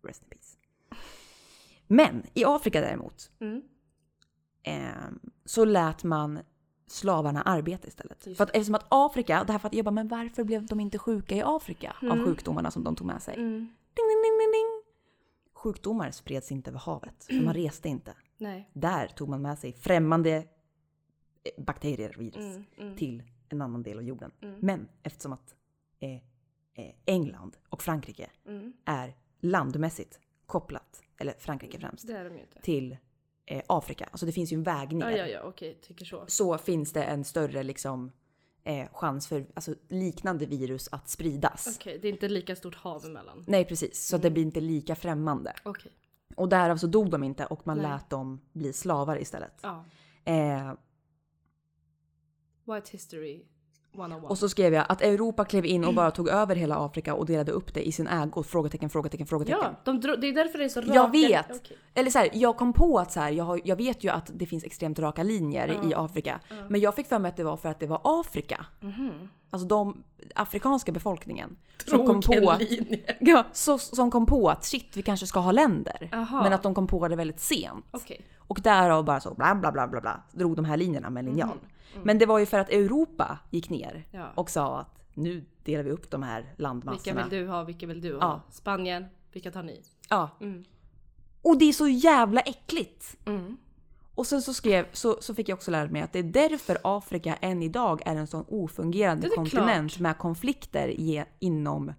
Speaker 1: Rest in peace. Men i Afrika däremot
Speaker 2: Mm.
Speaker 1: ehm, så lät man slavarna arbeta istället.
Speaker 2: Just
Speaker 1: För att eftersom att Afrika, det här för att jag bara, men varför blev de inte sjuka i Afrika
Speaker 2: Mm.
Speaker 1: av sjukdomarna som de tog med sig? Ding, ding, ding, ding, ding. Sjukdomar spreds inte över havet, för
Speaker 2: Mm.
Speaker 1: man reste inte.
Speaker 2: Nej.
Speaker 1: Där tog man med sig främmande eh, bakterier, virus,
Speaker 2: Mm, mm.
Speaker 1: till en annan del av jorden.
Speaker 2: Mm.
Speaker 1: Men eftersom att eh, eh, England och Frankrike
Speaker 2: Mm.
Speaker 1: är landmässigt kopplat, eller Frankrike främst,
Speaker 2: Det är de ju inte.
Speaker 1: till eh, Afrika. Alltså det finns ju en väg ner.
Speaker 2: Ja, ja, ja, okej, tycker så.
Speaker 1: Så finns det en större liksom eh, chans för alltså, liknande virus att spridas.
Speaker 2: Okej, det är inte lika stort hav emellan.
Speaker 1: Nej precis, så att det blir inte lika främmande.
Speaker 2: Okej.
Speaker 1: Och därav så dog de inte och man
Speaker 2: Nej.
Speaker 1: lät dem bli slavar istället.
Speaker 2: Ja.
Speaker 1: Eh,
Speaker 2: White history 101.
Speaker 1: och så skrev jag att Europa klev in och bara tog över hela Afrika och delade upp det i sin ägo. Frågetecken, frågetecken, frågetecken.
Speaker 2: ja, de dro- det är därför det är så raka.
Speaker 1: Jag vet!
Speaker 2: Okej.
Speaker 1: Eller så här, jag kom på att så här, jag, har, jag vet ju att det finns extremt raka linjer i Afrika. Men jag fick för mig att det var för att det var Afrika.
Speaker 2: Mhm.
Speaker 1: Alltså de afrikanska befolkningen. Som kom,
Speaker 2: Trogen
Speaker 1: på,
Speaker 2: linje.
Speaker 1: ja, så, som kom på att shit, vi kanske ska ha länder.
Speaker 2: Aha.
Speaker 1: Men att de kom på det väldigt sent.
Speaker 2: Okej.
Speaker 1: Och därav bara så bla bla bla bla bla drog de här linjerna med linjal. Men det var ju för att Europa gick ner
Speaker 2: Mm. Ja.
Speaker 1: och sa att nu delar vi upp de här
Speaker 2: Vilka
Speaker 1: landmassorna.
Speaker 2: vill du ha, vilka vill du ha?
Speaker 1: Ja.
Speaker 2: Spanien, vilka tar ni?
Speaker 1: Ja. Och det är så jävla äckligt!
Speaker 2: Mm.
Speaker 1: Och sen så skrev, så, så fick jag också lära mig att det är därför Afrika än idag är en sån
Speaker 2: Det
Speaker 1: ofungerande
Speaker 2: är det
Speaker 1: kontinent med konflikter ge, inom,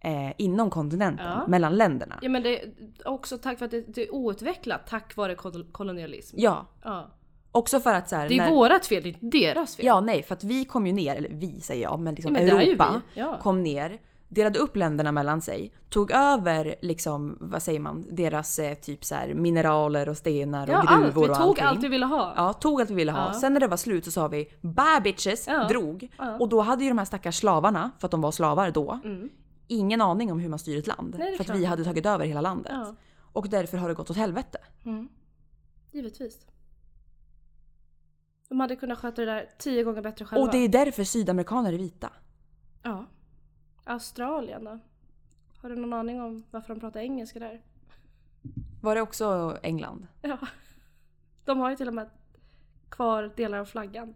Speaker 1: eh, inom kontinenten,
Speaker 2: Ja.
Speaker 1: mellan länderna.
Speaker 2: Ja men det är också tack för att det, det är outvecklat tack vare kol- kolonialism.
Speaker 1: Ja,
Speaker 2: Ja.
Speaker 1: också för att så här,
Speaker 2: Det är
Speaker 1: när-
Speaker 2: vårat fel, det är inte deras fel.
Speaker 1: Ja, nej, för att vi kom ju ner, eller vi säger jag, men liksom
Speaker 2: Typ. Ja, men det är ju
Speaker 1: Europa
Speaker 2: vi, ja.
Speaker 1: kom ner, delade upp länderna mellan sig, tog över liksom, vad säger man, deras eh, typ så här mineraler och stenar och
Speaker 2: Ja,
Speaker 1: gruvor
Speaker 2: allt. Vi
Speaker 1: och
Speaker 2: tog
Speaker 1: allting.
Speaker 2: allt vi ville ha.
Speaker 1: Ja, tog allt vi ville ha.
Speaker 2: Ja.
Speaker 1: Sen när det var slut så sa vi bye bitches,
Speaker 2: Ja.
Speaker 1: drog.
Speaker 2: Ja. Mm.
Speaker 1: Och då hade ju de här stackars slavarna, för att de var slavar då, ingen aning om hur man styr ett land.
Speaker 2: Nej, det är
Speaker 1: för att
Speaker 2: klart.
Speaker 1: vi hade tagit över hela landet.
Speaker 2: Ja.
Speaker 1: Och därför har det gått åt helvete.
Speaker 2: Mm. Givetvis. De hade kunnat sköta det där tio gånger bättre själva.
Speaker 1: Och det är därför sydamerikaner är vita.
Speaker 2: Ja. Australien då? Har du någon aning om varför de pratar engelska där?
Speaker 1: Var det också England?
Speaker 2: Ja. De har ju till och med kvar delar av flaggan.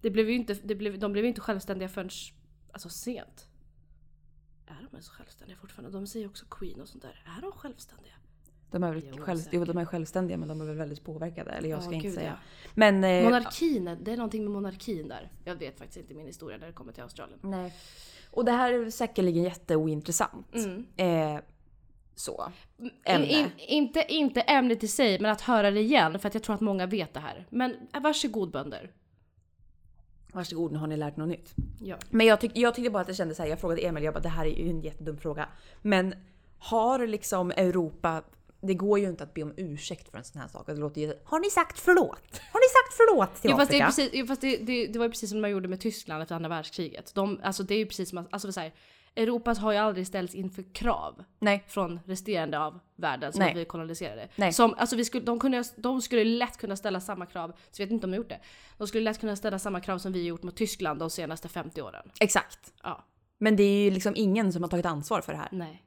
Speaker 2: Det blev ju inte, det blev, de blev ju inte självständiga förrän alltså sent. Är de ens självständiga fortfarande? De säger ju också Queen och sånt där. Är de självständiga?
Speaker 1: De är, väl
Speaker 2: Jo,
Speaker 1: själv,
Speaker 2: säkert.
Speaker 1: jo, de är självständiga men de är väl väldigt påverkade. Eller jag
Speaker 2: Ja,
Speaker 1: ska inte
Speaker 2: gud,
Speaker 1: säga. Men... Eh,
Speaker 2: Monarkin, är- det är någonting med monarkin där. Jag vet faktiskt inte min historia när det kommer till Australien.
Speaker 1: nej. Och det här är säkerligen jätteointressant.
Speaker 2: Mm.
Speaker 1: Eh, så.
Speaker 2: In,
Speaker 1: Ämne.
Speaker 2: in, inte, inte ämnet i sig, men att höra det igen för att jag tror att många vet det här. Men äh, varsågod bönder.
Speaker 1: Varsågod, nu har ni lärt något nytt.
Speaker 2: Ja.
Speaker 1: Men jag, tyck, jag tyckte bara att det kändes så här. Jag frågade Emil, jag bara det här är ju en jättedum fråga. Men har liksom Europa... Det går ju inte att be om ursäkt för en sån här sak. Det låter ju... Har ni sagt förlåt? Har ni sagt förlåt till
Speaker 2: Jo, fast det, är
Speaker 1: Afrika?
Speaker 2: precis, jo, fast det, det, det var ju precis som man gjorde med Tyskland efter andra världskriget. De, alltså det är ju precis som att, alltså så här, Europa har ju aldrig ställts inför krav
Speaker 1: Nej.
Speaker 2: från resterande av världen som
Speaker 1: Nej.
Speaker 2: vi koloniserade.
Speaker 1: Nej.
Speaker 2: Som, alltså vi skulle, de, kunde, de skulle lätt kunna ställa samma krav, så jag vet inte om de gjort det. De skulle lätt kunna ställa samma krav som vi gjort mot Tyskland de senaste 50 åren.
Speaker 1: Exakt.
Speaker 2: Ja,
Speaker 1: Men det är ju liksom ingen som har tagit ansvar för det här.
Speaker 2: nej.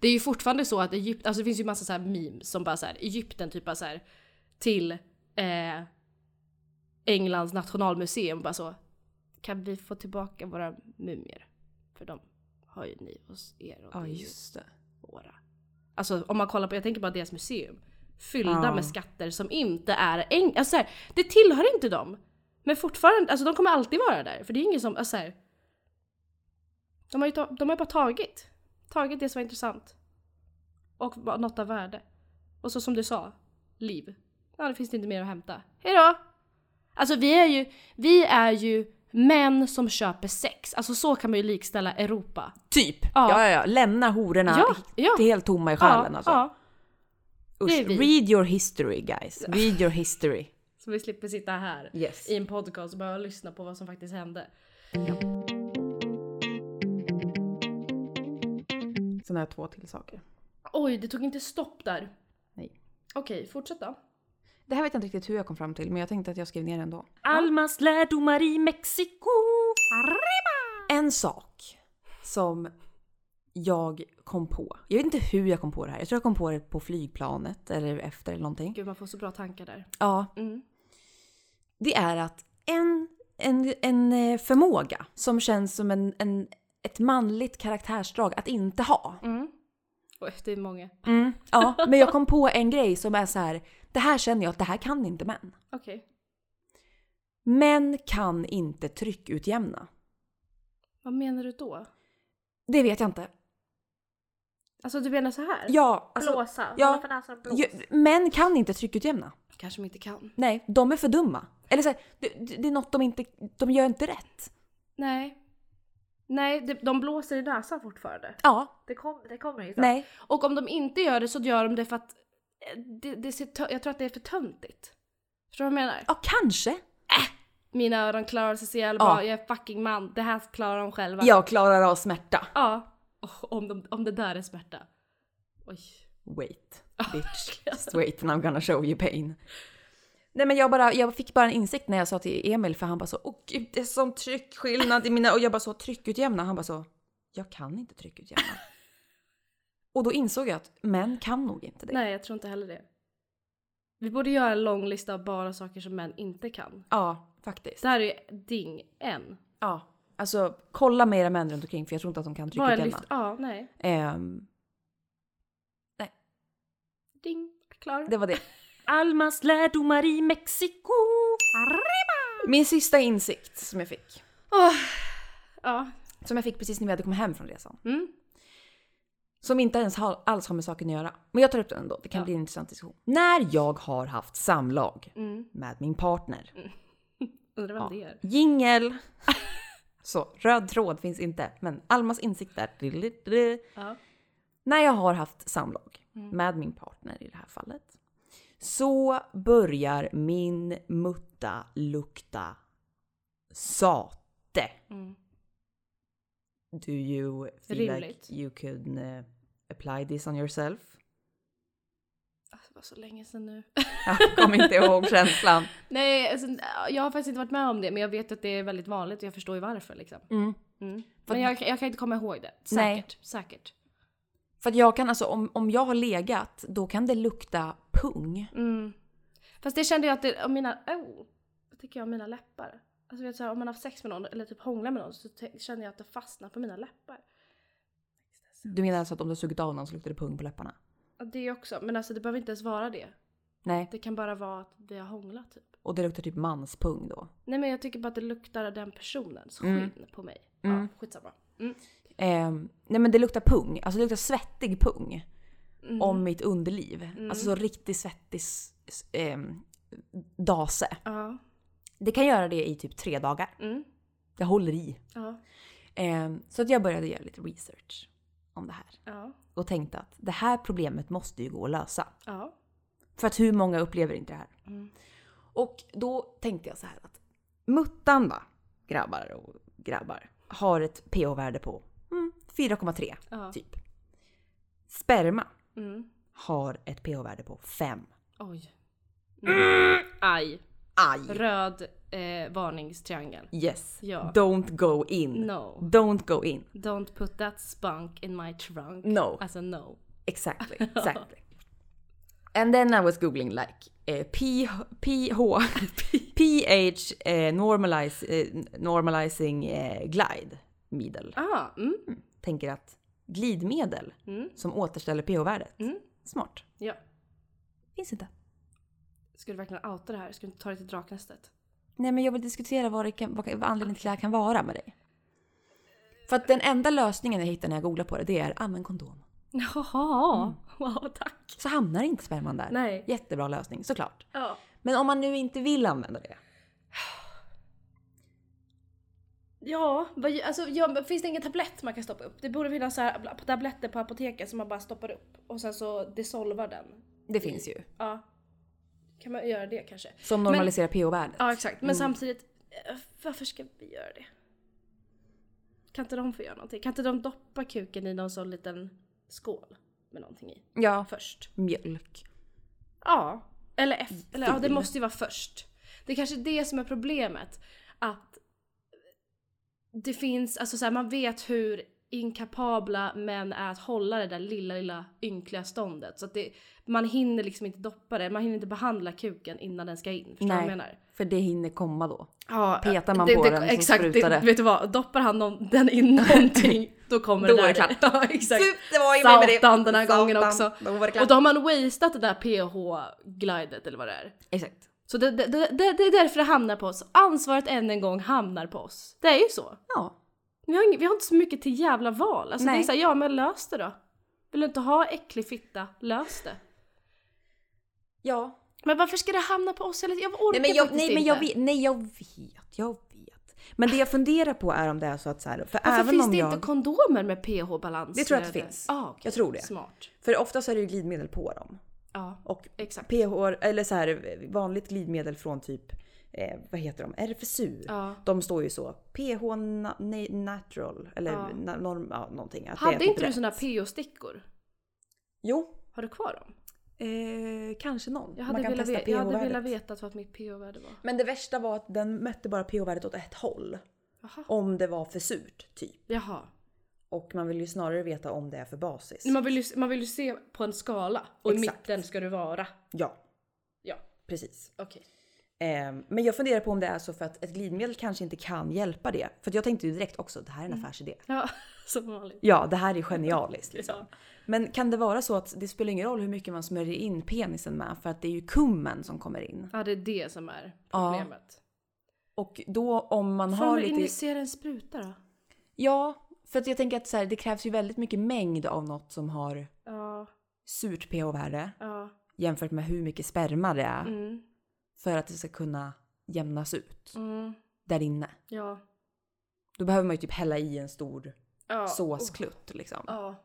Speaker 2: Det är ju fortfarande så att Egypten, alltså det finns ju massa så här memes som bara så här, Egypten typ bara så här till eh, Englands nationalmuseum bara så. Kan vi få tillbaka våra mumier? För de har ju ni hos er och det är ju
Speaker 1: det.
Speaker 2: våra. Alltså om man kollar på, jag tänker bara deras museum. Fyllda
Speaker 1: Ja.
Speaker 2: med skatter som inte är eng- alltså, så här, Det tillhör inte dem. Men fortfarande, alltså de kommer alltid vara där. För det är ingen som, alltså, så här, de, har ju ta- de har ju bara tagit. Tagit det som var intressant. Och bara något av värde. Och så som du sa, liv. Ja, det finns inte mer att hämta. Hejdå! Alltså vi är ju, vi är ju män som köper sex. Alltså så kan man ju likställa Europa.
Speaker 1: Typ!
Speaker 2: Ja.
Speaker 1: Ja, ja, ja. Lämna hororna
Speaker 2: Ja, ja.
Speaker 1: helt tomma i själen
Speaker 2: ja,
Speaker 1: alltså.
Speaker 2: ja.
Speaker 1: Usch.
Speaker 2: det är vi.
Speaker 1: Read your history guys. Read your history.
Speaker 2: Så vi slipper sitta här
Speaker 1: Yes.
Speaker 2: i en podcast och bara lyssna på vad som faktiskt hände.
Speaker 1: Sen har jag två till saker.
Speaker 2: Oj, det tog inte stopp där.
Speaker 1: Nej.
Speaker 2: Okej, fortsätt då.
Speaker 1: Det här vet jag inte riktigt hur jag kom fram till men jag tänkte att jag skrev ner det ändå.
Speaker 2: Almas lärdomar i Mexiko.
Speaker 1: En sak som jag kom på. Jag vet inte hur jag kom på det här. Jag tror jag kom på det på flygplanet eller efter eller någonting.
Speaker 2: Gud, man får så bra tankar där.
Speaker 1: Ja.
Speaker 2: Mm.
Speaker 1: Det är att en, en, en eh, förmåga som känns som en, en, ett manligt karaktärsdrag att inte ha.
Speaker 2: Mm. Oj, det är många.
Speaker 1: Mm, ja, men jag kom på en grej som är så här. Det här känner jag att det här kan inte män.
Speaker 2: Okej.
Speaker 1: Män kan inte tryckutjämna.
Speaker 2: Vad menar du då?
Speaker 1: Det vet jag inte.
Speaker 2: Alltså du menar så här?
Speaker 1: Ja, alltså,
Speaker 2: blåsa?
Speaker 1: ja.
Speaker 2: Hålla för näsan och blåsa.
Speaker 1: ju, män kan inte tryckutjämna.
Speaker 2: Kanske de inte kan.
Speaker 1: Nej, de är för dumma. Eller så här, det, det det är något de inte, de gör inte rätt.
Speaker 2: Nej. Nej, de, de blåser i näsan fortfarande.
Speaker 1: Ja,
Speaker 2: Det, kom, det kommer inte.
Speaker 1: nej.
Speaker 2: Och om de inte gör det så gör de det för att eh, det, det ser tö- jag tror att det är för töntigt. Förstår du vad jag menar?
Speaker 1: Ja, kanske.
Speaker 2: Mina öron klarar sig så jävla
Speaker 1: Ja.
Speaker 2: bra, jag är fucking man, det här klarar de själva.
Speaker 1: Jag klarar av smärta.
Speaker 2: Ja. Åh, om, de, om det där är smärta. Oj.
Speaker 1: Wait, bitch. Just wait and I'm gonna show you pain. Nej men jag, bara, jag fick bara en insikt när jag sa till Emil för han bara så åh gud det är sån tryckskillnad i mina och jag bara så tryckutjämna. Han bara så jag kan inte tryckutjämna. och då insåg jag att män kan nog inte det.
Speaker 2: Nej, jag tror inte heller det. Vi borde göra en lång lista av bara saker som män inte kan.
Speaker 1: Ja, faktiskt.
Speaker 2: Det här är ju ding en.
Speaker 1: Ja, alltså kolla med era män runt omkring för jag tror inte att de kan
Speaker 2: Bara
Speaker 1: tryckutjämna.
Speaker 2: lyft, ja, nej.
Speaker 1: Ehm,
Speaker 2: Ding, klar.
Speaker 1: det var det.
Speaker 2: Almas lärdomar i Mexiko.
Speaker 1: Min sista insikt som jag fick.
Speaker 2: Åh. Ja.
Speaker 1: Som jag fick precis när vi hade kommit hem från resan.
Speaker 2: Mm.
Speaker 1: Som inte ens har, alls har med saken att göra. Men jag tar upp den ändå, det kan
Speaker 2: Ja.
Speaker 1: bli en intressant diskussion. När jag har haft samlag
Speaker 2: Mm.
Speaker 1: med min partner.
Speaker 2: Undrar vem det är.
Speaker 1: Jingel! Så, röd tråd finns inte. Men Almas insikt där.
Speaker 2: Ja. Mm.
Speaker 1: När jag har haft samlag med min partner i det här fallet. Så börjar min mutta lukta sate.
Speaker 2: Mm.
Speaker 1: Do you feel
Speaker 2: Rimligt.
Speaker 1: like you can eh, apply this on yourself?
Speaker 2: Alltså, det var så länge sedan nu.
Speaker 1: Jag kommer inte ihåg känslan.
Speaker 2: Nej, alltså, jag har faktiskt inte varit med om det men jag vet att det är väldigt vanligt och jag förstår ju varför liksom. Mm. Men jag, jag kan inte komma ihåg det. Säkert.
Speaker 1: Nej.
Speaker 2: Säkert.
Speaker 1: För att jag kan alltså, om, om jag har legat, då kan det lukta pung.
Speaker 2: Mm. Fast det kände jag att det, om mina, oh, vad tycker jag om mina läppar? Alltså vet du, så här, om man har haft sex med någon eller typ hånglar med någon så te- känner jag att det fastnar på mina läppar.
Speaker 1: Du menar alltså att om du har sugit av någon så luktar det pung på läpparna?
Speaker 2: Ja, Det också, men alltså det behöver inte ens vara det.
Speaker 1: Nej,
Speaker 2: Det kan bara vara att vi har hånglat typ.
Speaker 1: och det luktar typ manspung då.
Speaker 2: Nej men jag tycker bara att det luktar av den personens
Speaker 1: Mm.
Speaker 2: skinn på mig.
Speaker 1: Mm.
Speaker 2: Ja, skitsamma. Mm.
Speaker 1: Ehm, nej men det luktar pung, alltså det luktar svettig pung
Speaker 2: Mm.
Speaker 1: om mitt underliv. Alltså så riktigt svettig s- s- ehm, dase.
Speaker 2: Ja.
Speaker 1: Det kan göra det i typ tre dagar.
Speaker 2: Mm.
Speaker 1: Det håller i.
Speaker 2: Ja.
Speaker 1: Ehm, så att jag började göra lite research om det här.
Speaker 2: Ja.
Speaker 1: Och tänkte att det här problemet måste ju gå att lösa.
Speaker 2: Ja.
Speaker 1: För att hur många upplever inte det här?
Speaker 2: Mm.
Speaker 1: Och då tänkte jag så här att muttan va, grabbar och grabbar, har ett pH-värde på mm, 4,3
Speaker 2: Ja.
Speaker 1: typ. Sperma
Speaker 2: Mm.
Speaker 1: har ett pH-värde på 5.
Speaker 2: Oj. Mm. Aj.
Speaker 1: Aj!
Speaker 2: Röd eh, varningstriangel.
Speaker 1: Yes.
Speaker 2: Ja.
Speaker 1: Don't go in.
Speaker 2: No.
Speaker 1: Don't go in.
Speaker 2: Don't put that spunk in my trunk.
Speaker 1: No.
Speaker 2: Alltså no.
Speaker 1: Exactly. Exactly. And then I was googling like eh, P, PH, PH eh, normalize, eh, normalizing eh, glide medel.
Speaker 2: Ah, mm.
Speaker 1: tänker att glidmedel
Speaker 2: Mm.
Speaker 1: som återställer pH-värdet.
Speaker 2: Mm.
Speaker 1: Smart.
Speaker 2: Ja.
Speaker 1: Finns inte.
Speaker 2: Ska du verkligen outa det här? Ska du inte ta det till draknästet?
Speaker 1: Nej men jag vill diskutera vad, det kan, vad, vad anledningen till det här kan vara med dig. För att den enda lösningen jag hittar när jag googlar på det, det är använd kondom.
Speaker 2: Jaha. Wow, tack.
Speaker 1: Så hamnar inte sperman där.
Speaker 2: Nej.
Speaker 1: Jättebra lösning såklart.
Speaker 2: Ja.
Speaker 1: Men om man nu inte vill använda det.
Speaker 2: Ja, vad, gö- alltså, ja, men finns det ingen tablett man kan stoppa upp? Det borde finnas så här tabletter på apoteket som man bara stoppar upp och sen så dissolvar den.
Speaker 1: Det finns ju.
Speaker 2: Ja. Kan man göra det kanske?
Speaker 1: Som normaliserar pH-värdet.
Speaker 2: Ja exakt, Mm. men samtidigt, eh, varför ska vi göra det? Kan inte de få göra någonting? Kan inte de doppa kuken i någon sån liten skål med någonting i
Speaker 1: Ja.
Speaker 2: först?
Speaker 1: Mjölk.
Speaker 2: Ja, eller, F, eller ja, det
Speaker 1: Ful.
Speaker 2: måste ju vara först. Det är kanske är det som är problemet. Att det finns, alltså så här, man vet hur inkapabla män är att hålla det där lilla, lilla ynkliga ståndet. Så att det, man hinner liksom inte doppa det, man hinner inte behandla kuken innan den ska in. Förstår du vad jag menar?
Speaker 1: för det hinner komma då.
Speaker 2: Ja,
Speaker 1: Petar man på den så
Speaker 2: exakt,
Speaker 1: sprutar det.
Speaker 2: Vet du vad, doppar han någon, den in någonting då kommer
Speaker 1: Då
Speaker 2: det där.
Speaker 1: är det klart.
Speaker 2: Ja, exakt.
Speaker 1: Det var
Speaker 2: Satan den här gången
Speaker 1: Satan.
Speaker 2: också.
Speaker 1: Då var det
Speaker 2: Och
Speaker 1: klart.
Speaker 2: då har man wasteat det där pH-glidet eller vad det är.
Speaker 1: Exakt.
Speaker 2: Så det, det, det, det är därför det hamnar på oss. Ansvaret än en gång hamnar på oss. Det är ju så.
Speaker 1: Ja.
Speaker 2: Vi har, ing, vi har inte så mycket till jävla val. Alltså det är
Speaker 1: Nej.
Speaker 2: såhär, ja men lös det då. Vill du inte ha äcklig fitta, lös det.
Speaker 1: Ja.
Speaker 2: Men varför ska det hamna på oss? Eller? Jag
Speaker 1: Nej
Speaker 2: orkar
Speaker 1: men, jag,
Speaker 2: faktiskt
Speaker 1: nej, men jag,
Speaker 2: inte.
Speaker 1: vet, nej, jag vet, jag vet. Men det jag funderar på är om det är så att så här, för
Speaker 2: Varför
Speaker 1: även
Speaker 2: finns
Speaker 1: om
Speaker 2: det
Speaker 1: jag...
Speaker 2: inte kondomer med pH-balans?
Speaker 1: Det tror jag att det finns.
Speaker 2: Ah, okej.
Speaker 1: Jag tror det.
Speaker 2: Smart.
Speaker 1: För oftast är det ju glidmedel på dem.
Speaker 2: Ja,
Speaker 1: Och
Speaker 2: exakt.
Speaker 1: pH, eller så här, vanligt glidmedel från typ, eh, vad heter de, RFSU.
Speaker 2: Ja.
Speaker 1: De står ju så, PH na, na, natural, eller
Speaker 2: Ja.
Speaker 1: na, norm, ja, någonting. Att det är
Speaker 2: Hade
Speaker 1: typ
Speaker 2: inte du
Speaker 1: rätt.
Speaker 2: såna pH-stickor?
Speaker 1: Jo,
Speaker 2: Har du kvar dem?
Speaker 1: eh, kanske någon.
Speaker 2: Jag
Speaker 1: Man
Speaker 2: hade,
Speaker 1: kan
Speaker 2: velat,
Speaker 1: testa
Speaker 2: ve- jag hade
Speaker 1: pH-värdet.
Speaker 2: velat veta vad mitt pH-värde var.
Speaker 1: Men det värsta var att den mätte bara pH-värdet åt ett håll.
Speaker 2: Jaha.
Speaker 1: Om det var för surt, typ.
Speaker 2: Jaha.
Speaker 1: Och man vill ju snarare veta om det är för basiskt.
Speaker 2: Man vill, ju, man vill ju se på en skala och i
Speaker 1: Exakt.
Speaker 2: mitten ska du vara.
Speaker 1: Ja,
Speaker 2: Ja,
Speaker 1: precis.
Speaker 2: okej.
Speaker 1: Ehm, men jag funderar på om det är så för att ett glidmedel kanske inte kan hjälpa det. För att jag tänkte ju direkt också, det här är en affärsidé.
Speaker 2: Ja, som vanligt.
Speaker 1: Ja, det här är genialiskt liksom.
Speaker 2: Ja.
Speaker 1: Men kan det vara så att det spelar ingen roll hur mycket man smörjer in penisen med för att det är ju kummen som kommer in.
Speaker 2: ja, det är det som är
Speaker 1: Ja.
Speaker 2: problemet.
Speaker 1: Och då om man
Speaker 2: Ja.
Speaker 1: har
Speaker 2: Fan,
Speaker 1: lite...
Speaker 2: injicera en spruta då?
Speaker 1: Ja, för att jag tänker att så här, det krävs ju väldigt mycket mängd av något som har
Speaker 2: Ja,
Speaker 1: surt pH-värde
Speaker 2: ja.
Speaker 1: jämfört med hur mycket sperma det är
Speaker 2: Mm,
Speaker 1: för att det ska kunna jämnas ut
Speaker 2: mm,
Speaker 1: där inne.
Speaker 2: ja.
Speaker 1: Då behöver man ju typ hälla i en stor
Speaker 2: ja. oh.
Speaker 1: såsklutt liksom.
Speaker 2: Ja.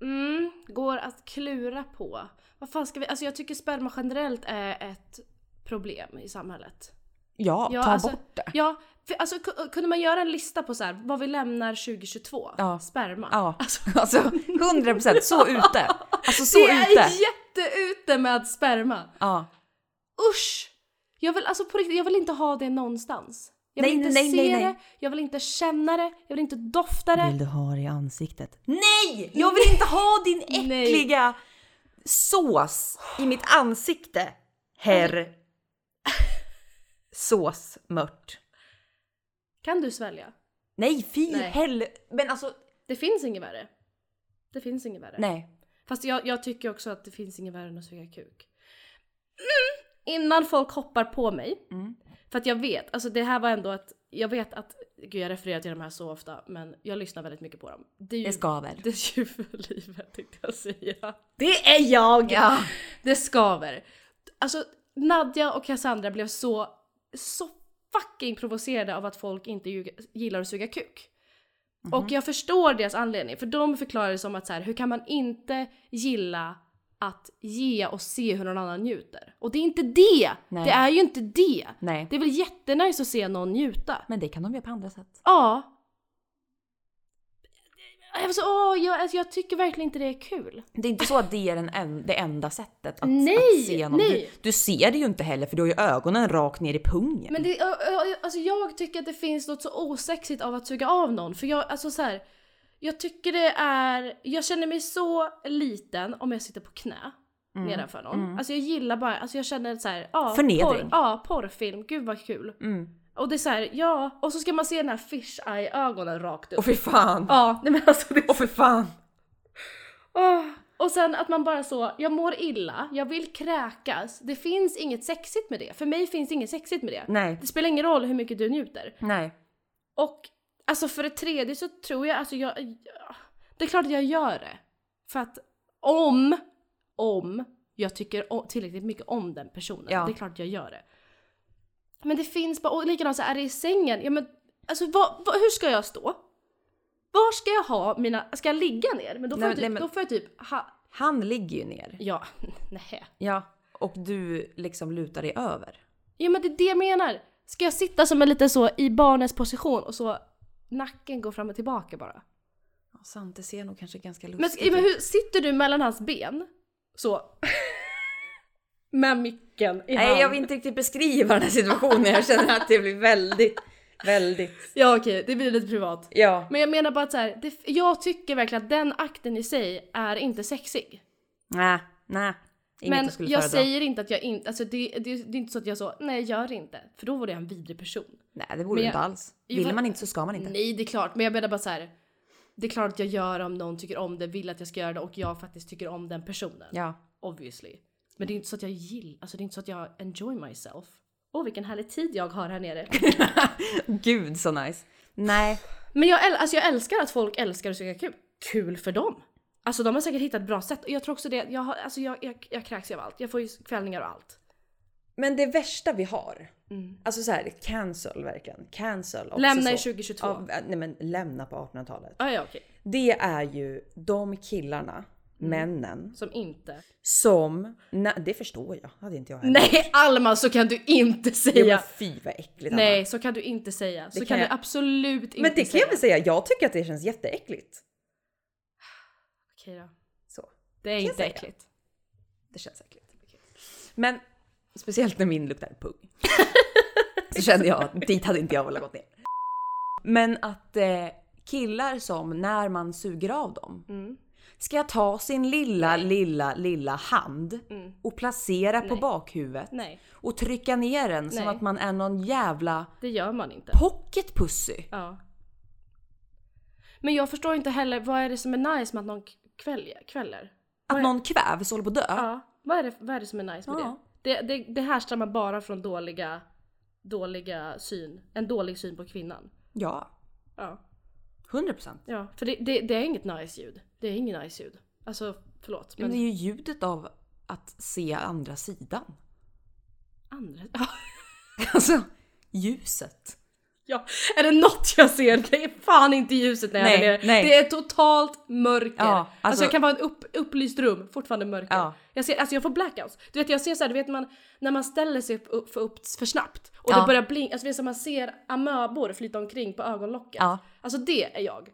Speaker 2: Mm, går att klura på. Vad fan ska vi, alltså jag tycker sperma generellt är ett problem i samhället.
Speaker 1: Ja,
Speaker 2: Ja,
Speaker 1: ta
Speaker 2: alltså-
Speaker 1: bort det.
Speaker 2: Ja, för, alltså ku- kunde man göra en lista på så här, vad vi lämnar 2022?
Speaker 1: Ja.
Speaker 2: Sperma.
Speaker 1: Ja,
Speaker 2: Alltså,
Speaker 1: alltså 100 procent så ute. Alltså så
Speaker 2: det är
Speaker 1: ute.
Speaker 2: jätteute med sperma!
Speaker 1: Ja.
Speaker 2: Usch! Jag vill, alltså på riktigt, jag vill inte ha det någonstans. Jag vill
Speaker 1: Nej,
Speaker 2: inte
Speaker 1: nej,
Speaker 2: se
Speaker 1: nej, nej.
Speaker 2: det, jag vill inte känna det, jag vill inte dofta det.
Speaker 1: du ha det i ansiktet? Nej! Jag vill inte ha din
Speaker 2: Nej.
Speaker 1: äckliga sås i mitt ansikte. Herr. Såsmört.
Speaker 2: Kan du svälja?
Speaker 1: Nej, fy
Speaker 2: Nej.
Speaker 1: hell... Men alltså,
Speaker 2: Det finns inget värre. Det finns inget värre.
Speaker 1: nej.
Speaker 2: Fast jag, jag tycker också att det finns inget värre än att suga kuk. Mm. Innan folk hoppar på mig.
Speaker 1: Mm.
Speaker 2: För att jag vet, alltså det här var ändå att, jag vet att, gud jag refererar till de här så ofta men jag lyssnar väldigt mycket på dem. Det är ju,
Speaker 1: Det skaver.
Speaker 2: det är ju för livet tänkte jag säga.
Speaker 1: Det är jag! Ja.
Speaker 2: Det skaver. Alltså Nadja och Cassandra blev så, så fucking provocerade av att folk inte ljuga- gillar att suga kuk. Och jag förstår deras anledning, för de förklarar det som att så här, hur kan man inte gilla att ge och se hur någon annan njuter? Och det är inte det!
Speaker 1: Nej.
Speaker 2: Det är ju inte det!
Speaker 1: Nej.
Speaker 2: Det är väl jättenice att se någon njuta?
Speaker 1: Men det kan de göra på andra sätt.
Speaker 2: Ja. Alltså, åh, jag, alltså, jag tycker verkligen inte det är kul.
Speaker 1: Det är inte så att det är den en, det enda sättet att,
Speaker 2: Nej,
Speaker 1: att se någon.
Speaker 2: nej.
Speaker 1: Du, du ser det ju inte heller för du har ju ögonen rakt ner i pungen.
Speaker 2: Men det, ö- ö- alltså jag tycker att det finns något så osexigt av att suga av någon. För jag, alltså så här, jag tycker det är, jag känner mig så liten om jag sitter på knä nedanför någon. Alltså jag gillar bara, alltså jag känner så här, ja,
Speaker 1: Mm. Förnedring.
Speaker 2: Porr, ja, porrfilm, gud vad kul.
Speaker 1: Mm.
Speaker 2: Och det är så här, ja, och så ska man se den här fish eye ögonen rakt upp.
Speaker 1: Och fy fan!
Speaker 2: Ja, nej men alltså det
Speaker 1: Och fy fan!
Speaker 2: Åh, Och sen att man bara så, jag mår illa, jag vill kräkas. Det finns inget sexigt med det. För mig finns inget sexigt med det.
Speaker 1: Nej.
Speaker 2: Det spelar ingen roll hur mycket du njuter.
Speaker 1: Nej.
Speaker 2: Och alltså för det tredje så tror jag, alltså jag, ja, det är klart att jag gör det. För att om, om jag tycker o- tillräckligt mycket om den personen,
Speaker 1: Ja.
Speaker 2: det är klart att jag gör det. Men det finns bara, och likadant så är det i sängen, ja men alltså vad, vad, hur ska jag stå? Var ska jag ha mina, ska jag ligga ner? Men då får,
Speaker 1: Nej,
Speaker 2: jag, typ,
Speaker 1: nej, men-
Speaker 2: då får jag typ, ha,
Speaker 1: Han ligger ju ner.
Speaker 2: ja, nej.
Speaker 1: Ja. Och du liksom lutar dig över.
Speaker 2: Ja men det är det jag menar. Ska jag sitta som en liten så i barnets position och så nacken går fram och tillbaka bara?
Speaker 1: Ja, sant, det ser nog kanske ganska
Speaker 2: Men,
Speaker 1: lustigt ut.
Speaker 2: men hur sitter du mellan hans ben? Så. Med micken i hand.
Speaker 1: Nej, jag vill inte riktigt beskriva den här situationen. Jag känner att det blir väldigt, väldigt...
Speaker 2: Ja okej, det blir lite privat.
Speaker 1: Ja.
Speaker 2: Men jag menar bara att så här, det, jag tycker verkligen att den akten i sig är inte sexig.
Speaker 1: Nej, nej. Inget
Speaker 2: men
Speaker 1: jag skulle
Speaker 2: jag
Speaker 1: föredra.
Speaker 2: säger inte att jag inte, alltså det, det, det är inte så att jag så, nej gör det inte. För då vore jag en vidrig person.
Speaker 1: Nej, det borde
Speaker 2: Men
Speaker 1: du
Speaker 2: jag-
Speaker 1: inte alls.
Speaker 2: Jo,
Speaker 1: Vill
Speaker 2: men-
Speaker 1: man inte så ska man inte.
Speaker 2: Nej det är klart, men jag menar bara så här. Det är klart att jag gör om någon tycker om det, vill att jag ska göra det och jag faktiskt tycker om den personen.
Speaker 1: Ja.
Speaker 2: obviously. Men det är inte så att jag gillar, alltså det är inte så att jag enjoy myself. Åh vilken härlig tid jag har här nere.
Speaker 1: Gud så nice. Nej.
Speaker 2: Men jag, äl- alltså jag älskar att folk älskar att suga kuk. Kul för dem. Alltså de har säkert hittat bra sätt. Och jag tror också det, jag, har, alltså, jag, jag, jag kräks ju av allt. Jag får ju kvällningar och allt.
Speaker 1: Men det värsta vi har, alltså så här, cancel verkligen. Cancel. också
Speaker 2: Mm. Lämna i
Speaker 1: så.
Speaker 2: 2022.
Speaker 1: Av, äh, nej men lämna på 1800-talet.
Speaker 2: Ah, ja, okej.
Speaker 1: Det är ju de killarna,
Speaker 2: Mm.
Speaker 1: männen,
Speaker 2: Som inte.
Speaker 1: som... Nej, det förstår jag, hade inte jag heller.
Speaker 2: Nej Alma så kan du inte
Speaker 1: Jo, men
Speaker 2: säga!
Speaker 1: fy vad äckligt Anna.
Speaker 2: Nej så kan du inte säga. Så
Speaker 1: Det
Speaker 2: kan,
Speaker 1: kan
Speaker 2: du
Speaker 1: jag-
Speaker 2: absolut inte
Speaker 1: Men det kan
Speaker 2: säga.
Speaker 1: jag väl säga, jag tycker att det känns jätteäckligt.
Speaker 2: Okej då.
Speaker 1: Så,
Speaker 2: Det är
Speaker 1: jag
Speaker 2: inte
Speaker 1: säga.
Speaker 2: äckligt.
Speaker 1: det känns äckligt. Men speciellt när min luktar pung. Så kände jag att dit hade inte jag velat gått ner. Men att eh, killar som när man suger av dem
Speaker 2: Mm.
Speaker 1: ska ta sin lilla, lilla, lilla hand och placera på bakhuvudet
Speaker 2: Mm. Nej.
Speaker 1: och trycka ner den som
Speaker 2: Nej.
Speaker 1: att man är någon jävla
Speaker 2: Det gör man inte.
Speaker 1: pocket pussy.
Speaker 2: Ja. Men jag förstår inte heller, vad är det som är nice med att någon kväller? kväller?
Speaker 1: Att någon kvävs och håller på att dö.
Speaker 2: Ja. Vad är, det, vad är det som är nice med
Speaker 1: Ja.
Speaker 2: det? Det, det? det härstammar bara från dåliga, dåliga syn. En dålig syn på kvinnan.
Speaker 1: Ja,
Speaker 2: Ja.
Speaker 1: 100 procent.
Speaker 2: ja. För det, det, det är inget nice ljud. Det är inget nice ljud. Alltså förlåt.
Speaker 1: Men
Speaker 2: Men
Speaker 1: det är ju ljudet av att se andra sidan.
Speaker 2: andra...
Speaker 1: Alltså, ljuset.
Speaker 2: Ja, är det något jag ser? Det är fan inte ljuset när jag
Speaker 1: Nej,
Speaker 2: är där nere.
Speaker 1: nej.
Speaker 2: Det är totalt mörker.
Speaker 1: Ja,
Speaker 2: alltså,
Speaker 1: alltså-
Speaker 2: jag kan vara i ett upp, upplyst rum, fortfarande mörker.
Speaker 1: Ja.
Speaker 2: Jag, ser, alltså jag får blackouts. Du vet jag ser såhär, du vet man, när man ställer sig upp, upp, för, upp för snabbt och det
Speaker 1: Ja.
Speaker 2: börjar blinka, alltså, du vet, så man ser amöbor flyta omkring på ögonlocket.
Speaker 1: Ja. Mm.
Speaker 2: Alltså det är jag.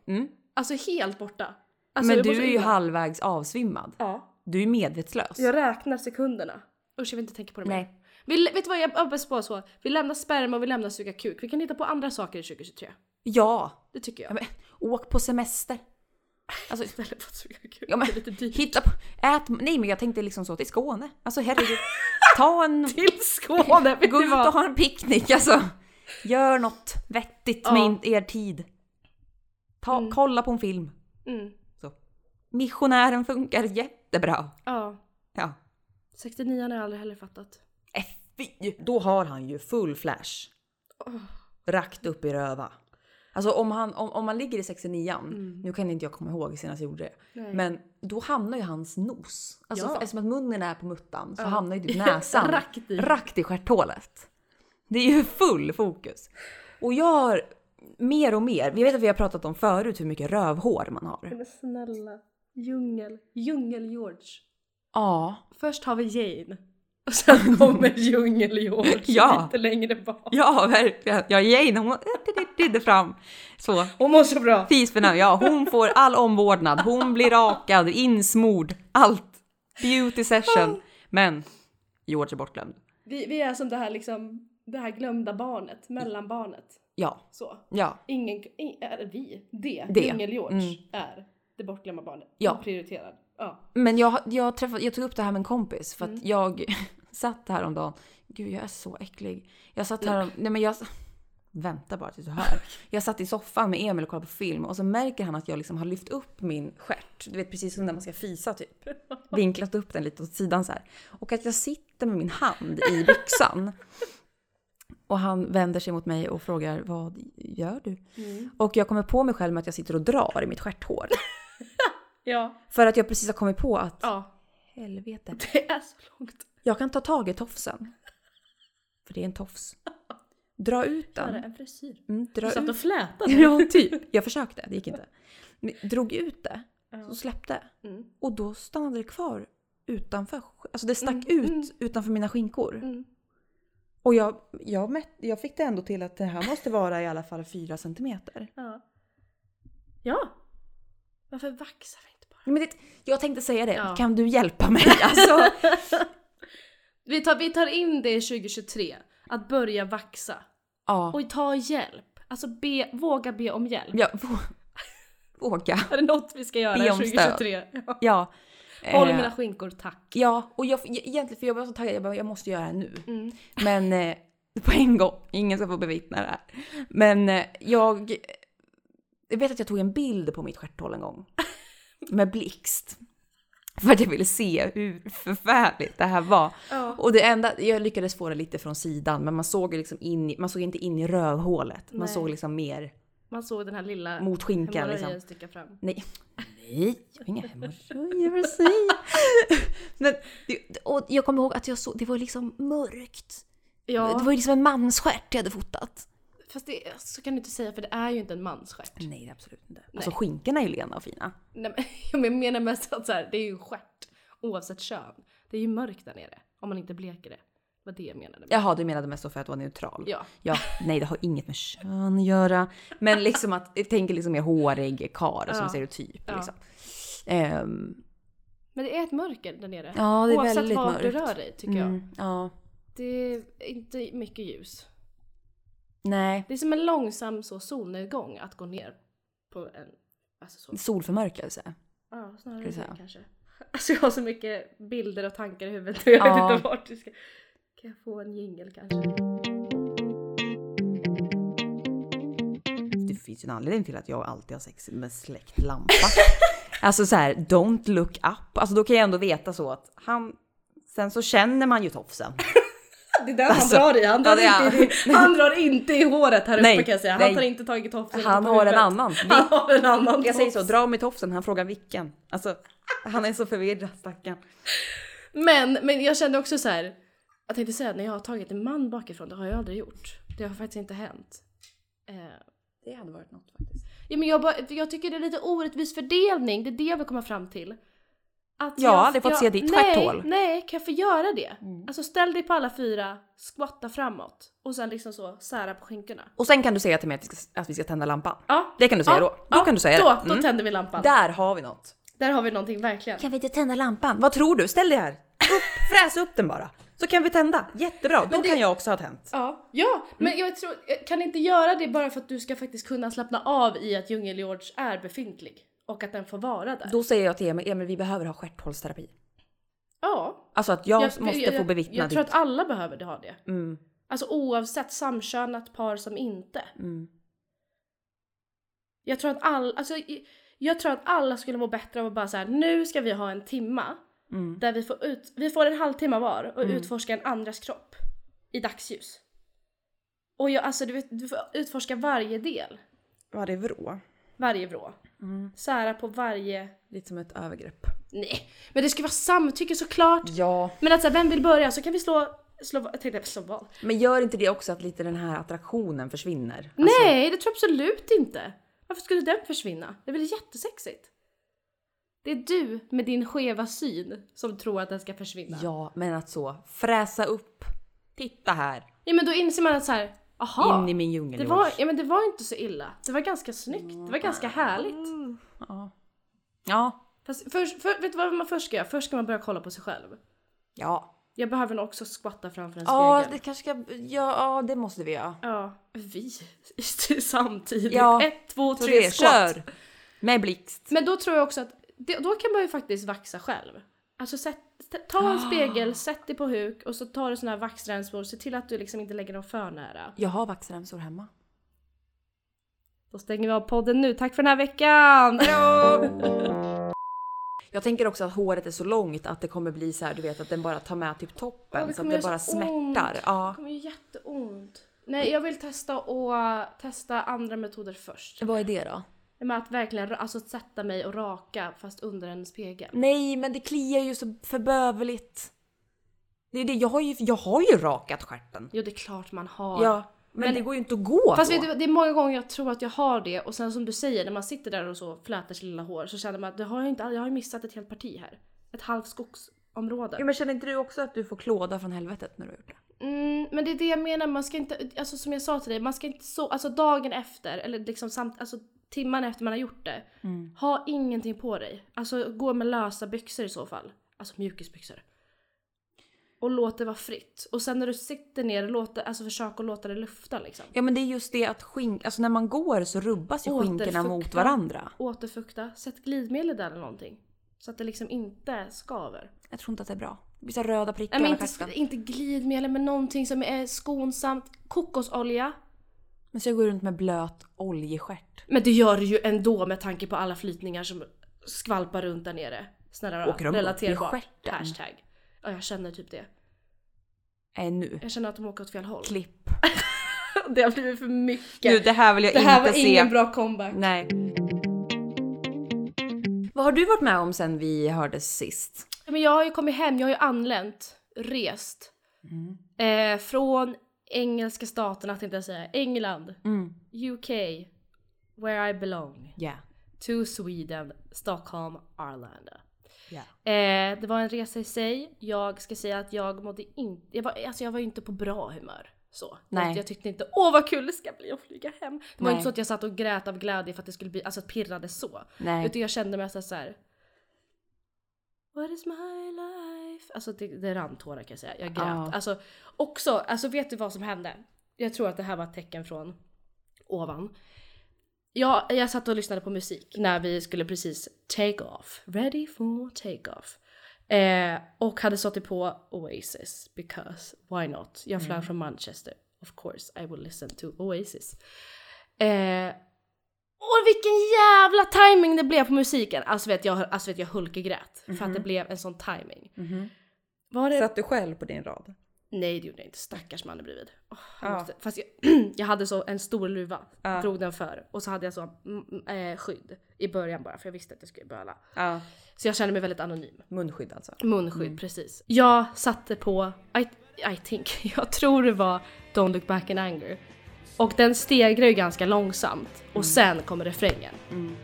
Speaker 2: Alltså helt borta. Alltså,
Speaker 1: Men
Speaker 2: jag
Speaker 1: du
Speaker 2: måste
Speaker 1: är ju
Speaker 2: ut.
Speaker 1: halvvägs avsvimmad.
Speaker 2: Ja.
Speaker 1: Du är medvetslös.
Speaker 2: Jag räknar sekunderna. Usch jag vill inte tänka på det mer.
Speaker 1: Nej.
Speaker 2: Vi, vet du vad jag hoppas på så? Vi lämnar sperma och vi lämnar suga kuk. Vi kan hitta på andra saker i 2023.
Speaker 1: Ja.
Speaker 2: Det tycker jag.
Speaker 1: Ja, men, åk på semester. Alltså,
Speaker 2: Istället för att suga kuk.
Speaker 1: ja, men,
Speaker 2: det är lite dyrt.
Speaker 1: hitta på, ät, nej men jag tänkte liksom så till Skåne. Alltså herregud. Ta en,
Speaker 2: Till Skåne! Vet
Speaker 1: gå
Speaker 2: du
Speaker 1: ut
Speaker 2: vad?
Speaker 1: och ha en picknick alltså. Gör något vettigt
Speaker 2: Ja.
Speaker 1: med in- er tid. Ta, Kolla på en film.
Speaker 2: Mm.
Speaker 1: Så. Missionären funkar jättebra.
Speaker 2: Ja.
Speaker 1: Ja.
Speaker 2: 69 har jag aldrig heller fattat.
Speaker 1: Äh, fy! Då har han ju full flash. Rakt upp i röva. Alltså om, han, om, om man ligger i 69 nu kan inte jag komma ihåg senast jag gjorde det.
Speaker 2: Mm. Nej.
Speaker 1: Men då hamnar ju hans nos. Alltså
Speaker 2: Ja.
Speaker 1: för, eftersom att munnen är på muttan så
Speaker 2: Ja.
Speaker 1: hamnar ju typ näsan
Speaker 2: Rakt i.
Speaker 1: rakt i stjärthålet. Det är ju full fokus. Och jag har mer och mer, vi vet att vi har pratat om förut hur mycket rövhår man har.
Speaker 2: Men snälla. Djungel. Djungel-George.
Speaker 1: Ja.
Speaker 2: Först har vi Jane. Och sen kommer Djungel-George
Speaker 1: Ja.
Speaker 2: lite längre bak.
Speaker 1: Ja, verkligen. Ja, Jane hon tittade fram. Så.
Speaker 2: Hon mår så bra.
Speaker 1: Fis för nu. Ja, hon får all omvårdnad. Hon blir rakad, insmord, allt. Beauty session. Men George är bortglömd.
Speaker 2: Vi, vi är som det här liksom, det här glömda barnet, mellanbarnet.
Speaker 1: Ja,
Speaker 2: Så.
Speaker 1: ja,
Speaker 2: Ingen, i- är vi, det,
Speaker 1: Det. Mm.
Speaker 2: Djungel-George är det bortglömda barnet.
Speaker 1: Ja.
Speaker 2: Prioriterad. Ja.
Speaker 1: men jag, jag, träffade, jag tog upp det här med en kompis för att jag satt häromdagen. Gud, jag är så äcklig. Jag satt här. Nej, men jag vänta bara tills du hör. Jag satt i soffan med Emil och kollade på film och så märker han att jag liksom har lyft upp min stjärt. Du vet precis som när man ska fisa typ. Vinklat upp den lite åt sidan så här. Och att jag sitter med min hand i byxan. Och han vänder sig mot mig och frågar vad gör du? Och jag kommer på mig själv med att jag sitter och drar i mitt stjärthår.
Speaker 2: Ja.
Speaker 1: För att jag precis har kommit på att
Speaker 2: Ja.
Speaker 1: helvete.
Speaker 2: Det är så långt.
Speaker 1: Jag kan ta tag i tofsen. För det är en tofs. Dra ut
Speaker 2: Här är
Speaker 1: den.
Speaker 2: en frisyr.
Speaker 1: Mm,
Speaker 2: Du
Speaker 1: dra
Speaker 2: satt
Speaker 1: ut.
Speaker 2: och flätade.
Speaker 1: Ja, typ. Jag försökte, det gick inte. Men Drog ut det, så släppte.
Speaker 2: Mm.
Speaker 1: Och då stannade det kvar utanför. Alltså det stack ut utanför mina skinkor.
Speaker 2: Mm.
Speaker 1: Och jag, jag, mätt, jag fick det ändå till att det här måste vara i alla fall fyra centimeter.
Speaker 2: Ja. Ja. Varför vaxar vi inte bara?
Speaker 1: Men det, jag tänkte säga det,
Speaker 2: Ja.
Speaker 1: kan du hjälpa mig? Alltså,
Speaker 2: Vi tar, vi tar in det i 2023. Att börja vaxa.
Speaker 1: ja.
Speaker 2: Och ta hjälp. Alltså be, våga be om hjälp.
Speaker 1: ja vå- våga.
Speaker 2: Är det något vi ska göra
Speaker 1: Be om
Speaker 2: 2023? Ja.
Speaker 1: Ja.
Speaker 2: Håll
Speaker 1: Eh,
Speaker 2: mina skinkor tack.
Speaker 1: Ja, och jag, egentligen för jag var så taggad, jag bara, jag måste göra det här nu.
Speaker 2: Mm.
Speaker 1: Men eh, på en gång, ingen ska få bevittna det här. Men eh, jag, jag vet att jag tog en bild på mitt stjärthål en gång. Med blixt. För att jag ville se hur förfärligt det här var.
Speaker 2: Ja.
Speaker 1: Och det enda, jag lyckades få det lite från sidan men man såg ju liksom in, i- man såg inte in i rövhålet. Man
Speaker 2: Nej.
Speaker 1: såg liksom mer
Speaker 2: Man såg den här lilla
Speaker 1: mot skinkan liksom.
Speaker 2: sticka fram.
Speaker 1: Nej. Nej, jag har inga hemorrojder, vad säger jag? Men, det- och jag kommer ihåg att jag såg, det var liksom mörkt. Det
Speaker 2: Ja,
Speaker 1: var ju liksom en mansstjärt jag hade fotat.
Speaker 2: fast det, så kan du inte säga för det är ju inte en mansstjärt. Nej
Speaker 1: Nej, det är absolut inte. Alltså skinkorna är ju lena och fina.
Speaker 2: men men jag menar mest att så här, det är ju en stjärt oavsett kön. Det är ju mörkt där nere om man inte bleker det. Det var det jag menade. med-
Speaker 1: Jaha, du menade mest så för att vara neutral.
Speaker 2: Ja.
Speaker 1: Ja, nej det har inget med kön att göra. Men liksom att, jag tänker liksom mer hårig karl som
Speaker 2: Ja.
Speaker 1: stereotyp
Speaker 2: Ja.
Speaker 1: liksom. Ehm,
Speaker 2: Men det är ett mörker där nere.
Speaker 1: Ja, det är
Speaker 2: oavsett
Speaker 1: väldigt
Speaker 2: var du
Speaker 1: mörkt.
Speaker 2: rör dig tycker jag.
Speaker 1: mm, ja.
Speaker 2: Det är inte mycket ljus.
Speaker 1: Nej.
Speaker 2: Det är som en långsam så solnedgång att gå ner på en... Alltså så.
Speaker 1: Solförmörkelse.
Speaker 2: Ja, snarare
Speaker 1: Precis.
Speaker 2: det kanske. Alltså jag har så mycket bilder och tankar i huvudet och jag
Speaker 1: Ja.
Speaker 2: vet inte vart du ska... Kan jag få en jingel kanske?
Speaker 1: Det finns ju en anledning till att jag alltid har sex med släckt lampa. alltså så här, don't look up. Alltså då kan jag ändå veta så att han, sen så känner man ju tofsen.
Speaker 2: Det är där
Speaker 1: Alltså,
Speaker 2: han drar i. Han drar,
Speaker 1: ja, det är
Speaker 2: inte, i, han drar inte i håret här
Speaker 1: Nej,
Speaker 2: uppe kan jag säga. Han
Speaker 1: nej.
Speaker 2: tar inte tag i tofsen.
Speaker 1: Han
Speaker 2: på
Speaker 1: har en
Speaker 2: huvudet.
Speaker 1: annan.
Speaker 2: Han har en annan
Speaker 1: Jag säger så,
Speaker 2: tofs.
Speaker 1: dra mig tofsen, han frågar vilken. Alltså, han är så förvirrad stackarn.
Speaker 2: Men, men jag kände också så här. Jag tänkte säga att när jag har tagit en man bakifrån, det har jag aldrig gjort. Det har faktiskt inte hänt. Eh,
Speaker 1: Det hade varit något faktiskt.
Speaker 2: Ja, men jag, bara, jag tycker det är lite orättvis fördelning, det är det jag vill komma fram till. Att
Speaker 1: Jag har aldrig fått se ditt
Speaker 2: nej,
Speaker 1: stjärthål.
Speaker 2: Nej, kan jag få göra det?
Speaker 1: Mm.
Speaker 2: Alltså ställ dig på alla fyra, skvatta framåt och sen liksom så sära på skinkorna.
Speaker 1: Och sen kan du säga till mig att vi ska, att vi ska tända lampan.
Speaker 2: Ja.
Speaker 1: Det kan du säga
Speaker 2: ja,
Speaker 1: då. Då
Speaker 2: ja,
Speaker 1: kan du säga
Speaker 2: då,
Speaker 1: det. Mm.
Speaker 2: Då tänder vi lampan. Där.
Speaker 1: Där har vi något.
Speaker 2: har vi någonting verkligen.
Speaker 1: Kan vi inte tända lampan? Vad tror du? Ställ dig här. Upp, fräs upp den bara. Så kan vi tända. Jättebra, då kan jag också ha tänt.
Speaker 2: Ja, ja
Speaker 1: Mm.
Speaker 2: men jag tror, jag kan inte göra det bara för att du ska faktiskt kunna slappna av i att Djungelgeorge är befintlig och att den får vara där.
Speaker 1: Då säger jag till Emil, Emil vi behöver ha stjärthålsterapi.
Speaker 2: Ja.
Speaker 1: Alltså att jag,
Speaker 2: Jag-
Speaker 1: måste
Speaker 2: jag-
Speaker 1: få
Speaker 2: jag-
Speaker 1: bevittna
Speaker 2: Jag
Speaker 1: ditt.
Speaker 2: tror att alla behöver ha det.
Speaker 1: Mm.
Speaker 2: Alltså oavsett samkönat par som inte.
Speaker 1: Mm.
Speaker 2: Jag tror att alla, alltså, i- jag tror att alla skulle må bättre av att bara så här, nu ska vi ha en timma
Speaker 1: Mm.
Speaker 2: där vi får, ut, vi får en halvtimme var och utforska en andras kropp i dagsljus. Och jag, alltså du vet, du får utforska varje del,
Speaker 1: Varje vrå.
Speaker 2: varje vrå. Sära på varje...
Speaker 1: Lite som ett övergrepp.
Speaker 2: Nej, men det ska vara samtycke såklart!
Speaker 1: Ja.
Speaker 2: Men att så här, vem vill börja? Så kan vi slå... slå jag tänkte slå val.
Speaker 1: Men gör inte det också att lite den här attraktionen försvinner?
Speaker 2: Nej, det tror jag absolut inte. Varför skulle den försvinna? Det är väl jättesexigt? Det är du med din skeva syn som tror att den ska försvinna. Ja,
Speaker 1: Ja, men att så fräsa upp. Titta här.
Speaker 2: men då inser man att så här, aha,
Speaker 1: In i min
Speaker 2: det,
Speaker 1: djungel.
Speaker 2: var,
Speaker 1: George.
Speaker 2: ja, men det var inte så illa. Det var ganska snyggt, det var ganska härligt.
Speaker 1: Ja. Ja.
Speaker 2: Fast först, för, vet du vad man först ska göra? Först ska man börja kolla på sig själv.
Speaker 1: Ja.
Speaker 2: Jag behöver nog också skvatta framför en
Speaker 1: Ja, det
Speaker 2: spegel.
Speaker 1: kanske ska... Ja, ja det måste vi göra.
Speaker 2: Ja, vi samtidigt.
Speaker 1: Ja,
Speaker 2: Ett, två,
Speaker 1: Så
Speaker 2: tre,
Speaker 1: det,
Speaker 2: skott.
Speaker 1: kör! Med blixt.
Speaker 2: Men då tror jag också att det, då kan man ju faktiskt vaxa själv. Alltså sätt, t- ta
Speaker 1: Ah.
Speaker 2: en spegel, sätt dig på huk och så tar du såna här vaxremsor. Se till att du liksom inte lägger dem för nära.
Speaker 1: Jag har vaxremsor hemma.
Speaker 2: Då stänger vi av podden nu. Tack för den här veckan!
Speaker 1: Jag tänker också att håret är så långt att det kommer bli så här, du vet att den bara tar med typ toppen
Speaker 2: Ja, det
Speaker 1: så att
Speaker 2: kommer
Speaker 1: det bara
Speaker 2: göra så ont.
Speaker 1: smärtar. Ja.
Speaker 2: Det kommer ju jätteont. Nej, jag vill testa och testa andra metoder först.
Speaker 1: Vad är det då?
Speaker 2: Med att verkligen ra- alltså, sätta mig och raka fast under en spegel.
Speaker 1: Nej, men det kliar ju så förbövligt. Det är det, jag har ju, jag har ju rakat stjärten.
Speaker 2: Jo, det är klart man har.
Speaker 1: Ja, men,
Speaker 2: Men-
Speaker 1: det går ju inte att gå
Speaker 2: Fast
Speaker 1: då.
Speaker 2: vet du, det är många gånger jag tror att jag har det och sen som du säger, när man sitter där och så flätar sitt lilla hår så känner man att det har jag, inte, all- jag har ju missat ett helt parti här. Ett halvt
Speaker 1: Ja,
Speaker 2: skogsområde.
Speaker 1: men känner inte du också att du får klåda från helvetet när du har gjort det?
Speaker 2: Mm, men det är det jag menar, man ska inte, alltså som jag sa till dig, man ska inte så, alltså dagen efter eller liksom samt, alltså timman efter man har gjort det.
Speaker 1: Mm.
Speaker 2: Ha ingenting på dig. Alltså gå med lösa byxor i så fall. Alltså mjukisbyxor. Och låt det vara fritt. Och sen när du sitter ner, låt det, alltså försök att låta det lufta liksom.
Speaker 1: Ja, men det är just det att skink, alltså när man går så rubbas ju skinkorna mot
Speaker 2: Återfukta.
Speaker 1: varandra.
Speaker 2: återfukta, sätt glidmedel där eller någonting. Så att det liksom inte skaver.
Speaker 1: Jag tror inte att det är bra. Det blir så här röda prickar
Speaker 2: Nej men
Speaker 1: över
Speaker 2: inte,
Speaker 1: stjärten.
Speaker 2: inte glidmedel men någonting som är skonsamt. Kokosolja.
Speaker 1: Men så jag går runt med blöt oljestjärt.
Speaker 2: Men det gör du ju ändå med tanke på alla flytningar som skvalpar runt där nere. Snälla
Speaker 1: Åker de upp i
Speaker 2: relaterbart.
Speaker 1: stjärten?
Speaker 2: Hashtag. Ja jag känner typ det.
Speaker 1: Äh, nu.
Speaker 2: Jag känner att de åker åt fel håll.
Speaker 1: Klipp.
Speaker 2: Det har blivit för mycket.
Speaker 1: Nu, det här vill jag
Speaker 2: det här var
Speaker 1: inte se.
Speaker 2: ingen bra comeback.
Speaker 1: Nej. Vad har du varit med om sen vi hördes sist?
Speaker 2: Nej, Men jag har ju kommit hem, jag har ju anlänt, rest.
Speaker 1: Mm.
Speaker 2: Eh, från engelska staterna tänkte jag säga, England,
Speaker 1: Mm.
Speaker 2: UK, where I belong,
Speaker 1: Ja.
Speaker 2: to Sweden, Stockholm, Arlanda.
Speaker 1: Ja.
Speaker 2: Eh, det var en resa i sig. Jag ska säga att jag mådde inte, jag var, alltså jag var ju inte på bra humör. Så.
Speaker 1: Nej.
Speaker 2: Jag tyckte inte åh vad kul det ska bli att flyga hem. Det var
Speaker 1: Nej.
Speaker 2: inte så att jag satt och grät av glädje för att det skulle bli, alltså pirrade så.
Speaker 1: Nej.
Speaker 2: Utan jag kände mig alltså så här. What is my life? Alltså det, det rann tårar kan jag säga. Jag grät.
Speaker 1: Ja.
Speaker 2: Alltså också, alltså vet du vad som hände? Jag tror att det här var ett tecken från ovan. Jag, jag satt och lyssnade på musik när vi skulle precis take off. Ready for take off. Eh, och hade satt på Oasis because why not? Jag
Speaker 1: Mm.
Speaker 2: flög från Manchester. Of course I will listen to Oasis. Eh, och vilken jävla timing det blev på musiken! Alltså vet jag, alltså vet jag hulkegrät för att det blev en sån timing.
Speaker 1: Mhm.
Speaker 2: Var det...
Speaker 1: Satt du själv på din rad?
Speaker 2: Nej det gjorde jag inte, stackars mannen bredvid. Åh, han
Speaker 1: Ja.
Speaker 2: måste... Fast jag, jag hade så en stor luva,
Speaker 1: Ja.
Speaker 2: drog den för och så hade jag så mm, mm, eh, skydd i början bara för jag visste att jag skulle böla.
Speaker 1: Ja.
Speaker 2: Så jag kände mig väldigt anonym.
Speaker 1: Munskydd alltså?
Speaker 2: Munskydd, precis. Jag satte på, I, I think, jag tror det var Don't look back in anger. Och den stegrar ju ganska långsamt och sen kommer refrängen.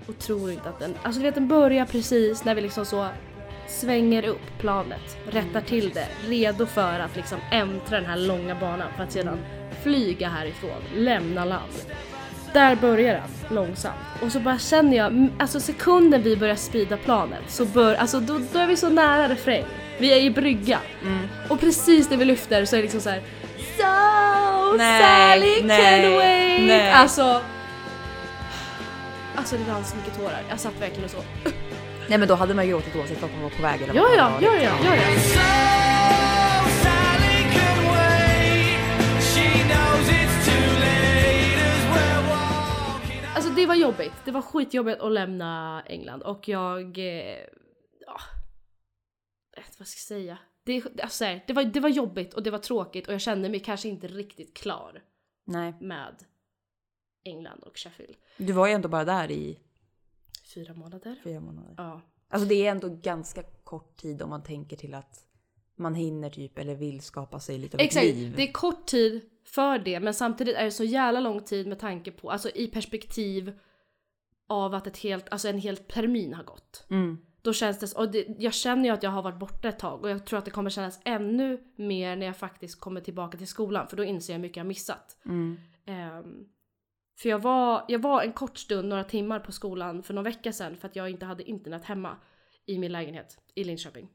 Speaker 2: Och tror inte att den, alltså du vet den börjar precis när vi liksom så svänger upp planet, rättar till det, redo för att liksom äntra den här långa banan för att sedan flyga härifrån, lämna land. Där börjar den långsamt och så bara känner jag, mm, alltså sekunden vi börjar speeda planet så bör, alltså då, då är vi så nära refräng. Vi är i brygga
Speaker 1: Mm.
Speaker 2: och precis när vi lyfter så är det liksom så här. So
Speaker 1: Nej,
Speaker 2: Sally can
Speaker 1: nej,
Speaker 2: wait.
Speaker 1: nej.
Speaker 2: Alltså. Alltså det rann så mycket tårar. Jag satt verkligen och så.
Speaker 1: Nej men då hade man ju gråtit oavsett om man var på väg eller
Speaker 2: Ja
Speaker 1: vart man
Speaker 2: ja,
Speaker 1: var,
Speaker 2: ja ja,
Speaker 1: liksom.
Speaker 2: ja ja.
Speaker 3: Sally can wait. She knows it's too late as we're walking out.
Speaker 2: Alltså det var jobbigt. Det var skitjobbigt att lämna England och jag... Eh, ja. Jag vet inte Vad ska jag säga? Det, alltså, så här, det, var, det var jobbigt och det var tråkigt och jag kände mig kanske inte riktigt klar
Speaker 1: Nej.
Speaker 2: med England och Sheffield.
Speaker 1: Du var ju ändå bara där i
Speaker 2: Fyra månader.
Speaker 1: fyra månader.
Speaker 2: Ja.
Speaker 1: Alltså det är ändå ganska kort tid om man tänker till att man hinner typ eller vill skapa sig lite av ett
Speaker 2: Exakt,
Speaker 1: liv.
Speaker 2: det är kort tid för det men samtidigt är det så jävla lång tid med tanke på, alltså i perspektiv av att ett helt, alltså en hel termin har gått.
Speaker 1: Mm.
Speaker 2: Då känns det, och det, jag känner ju att jag har varit borta ett tag och jag tror att det kommer kännas ännu mer när jag faktiskt kommer tillbaka till skolan för då inser jag hur mycket jag har missat.
Speaker 1: Mm.
Speaker 2: Ehm, för jag var, jag var en kort stund, några timmar på skolan för någon vecka sedan för att jag inte hade internet hemma i min lägenhet i Linköping.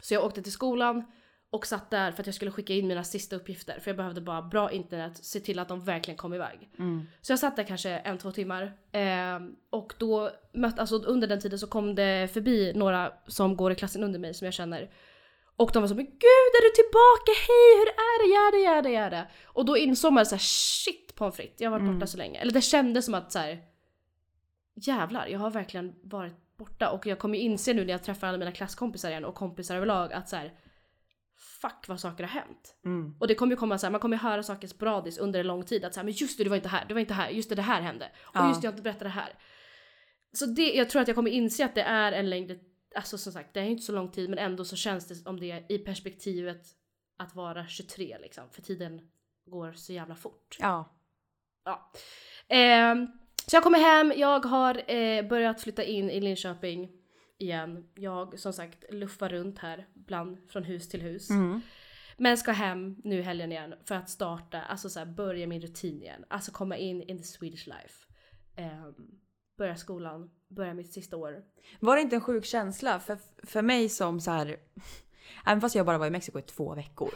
Speaker 2: Så jag åkte till skolan och satt där för att jag skulle skicka in mina sista uppgifter för jag behövde bara bra internet, se till att de verkligen kom iväg.
Speaker 1: Mm.
Speaker 2: Så jag satt där kanske en, två timmar. Ehm, och då mötte, alltså under den tiden så kom det förbi några som går i klassen under mig som jag känner. Och de var så men gud är du tillbaka, hej hur är det, ja det, ja det, ja det. Och då insåg man såhär shit pommes frites, jag har varit borta så länge. Eller det kändes som att så här. jävlar jag har verkligen varit borta. Och jag kommer ju inse nu när jag träffar alla mina klasskompisar igen och kompisar överlag att så här. fuck vad saker har hänt.
Speaker 1: Mm.
Speaker 2: Och det kommer ju komma så här, man kommer ju höra saker sporadiskt under en lång tid. Att så här, men just det, du var inte här, du var inte här, just det, det här hände.
Speaker 1: Ja.
Speaker 2: Och just det, jag har inte berättat det här. Så det, jag tror att jag kommer inse att det är en längre, alltså som sagt, det är ju inte så lång tid men ändå så känns det om det i perspektivet att vara 23 liksom. För tiden går så jävla fort.
Speaker 1: Ja.
Speaker 2: Ja. Ehm, så jag kommer hem, jag har eh, börjat flytta in i Linköping igen. Jag som sagt luffar runt här bland, från hus till hus.
Speaker 1: Mm.
Speaker 2: Men ska hem nu i helgen igen för att starta, alltså så här, börja min rutin igen. Alltså komma in in the Swedish life. Ehm, börja skolan, börja mitt sista år.
Speaker 1: Var det inte en sjuk känsla? För, för mig som så här, även fast jag bara var i Mexiko i två veckor,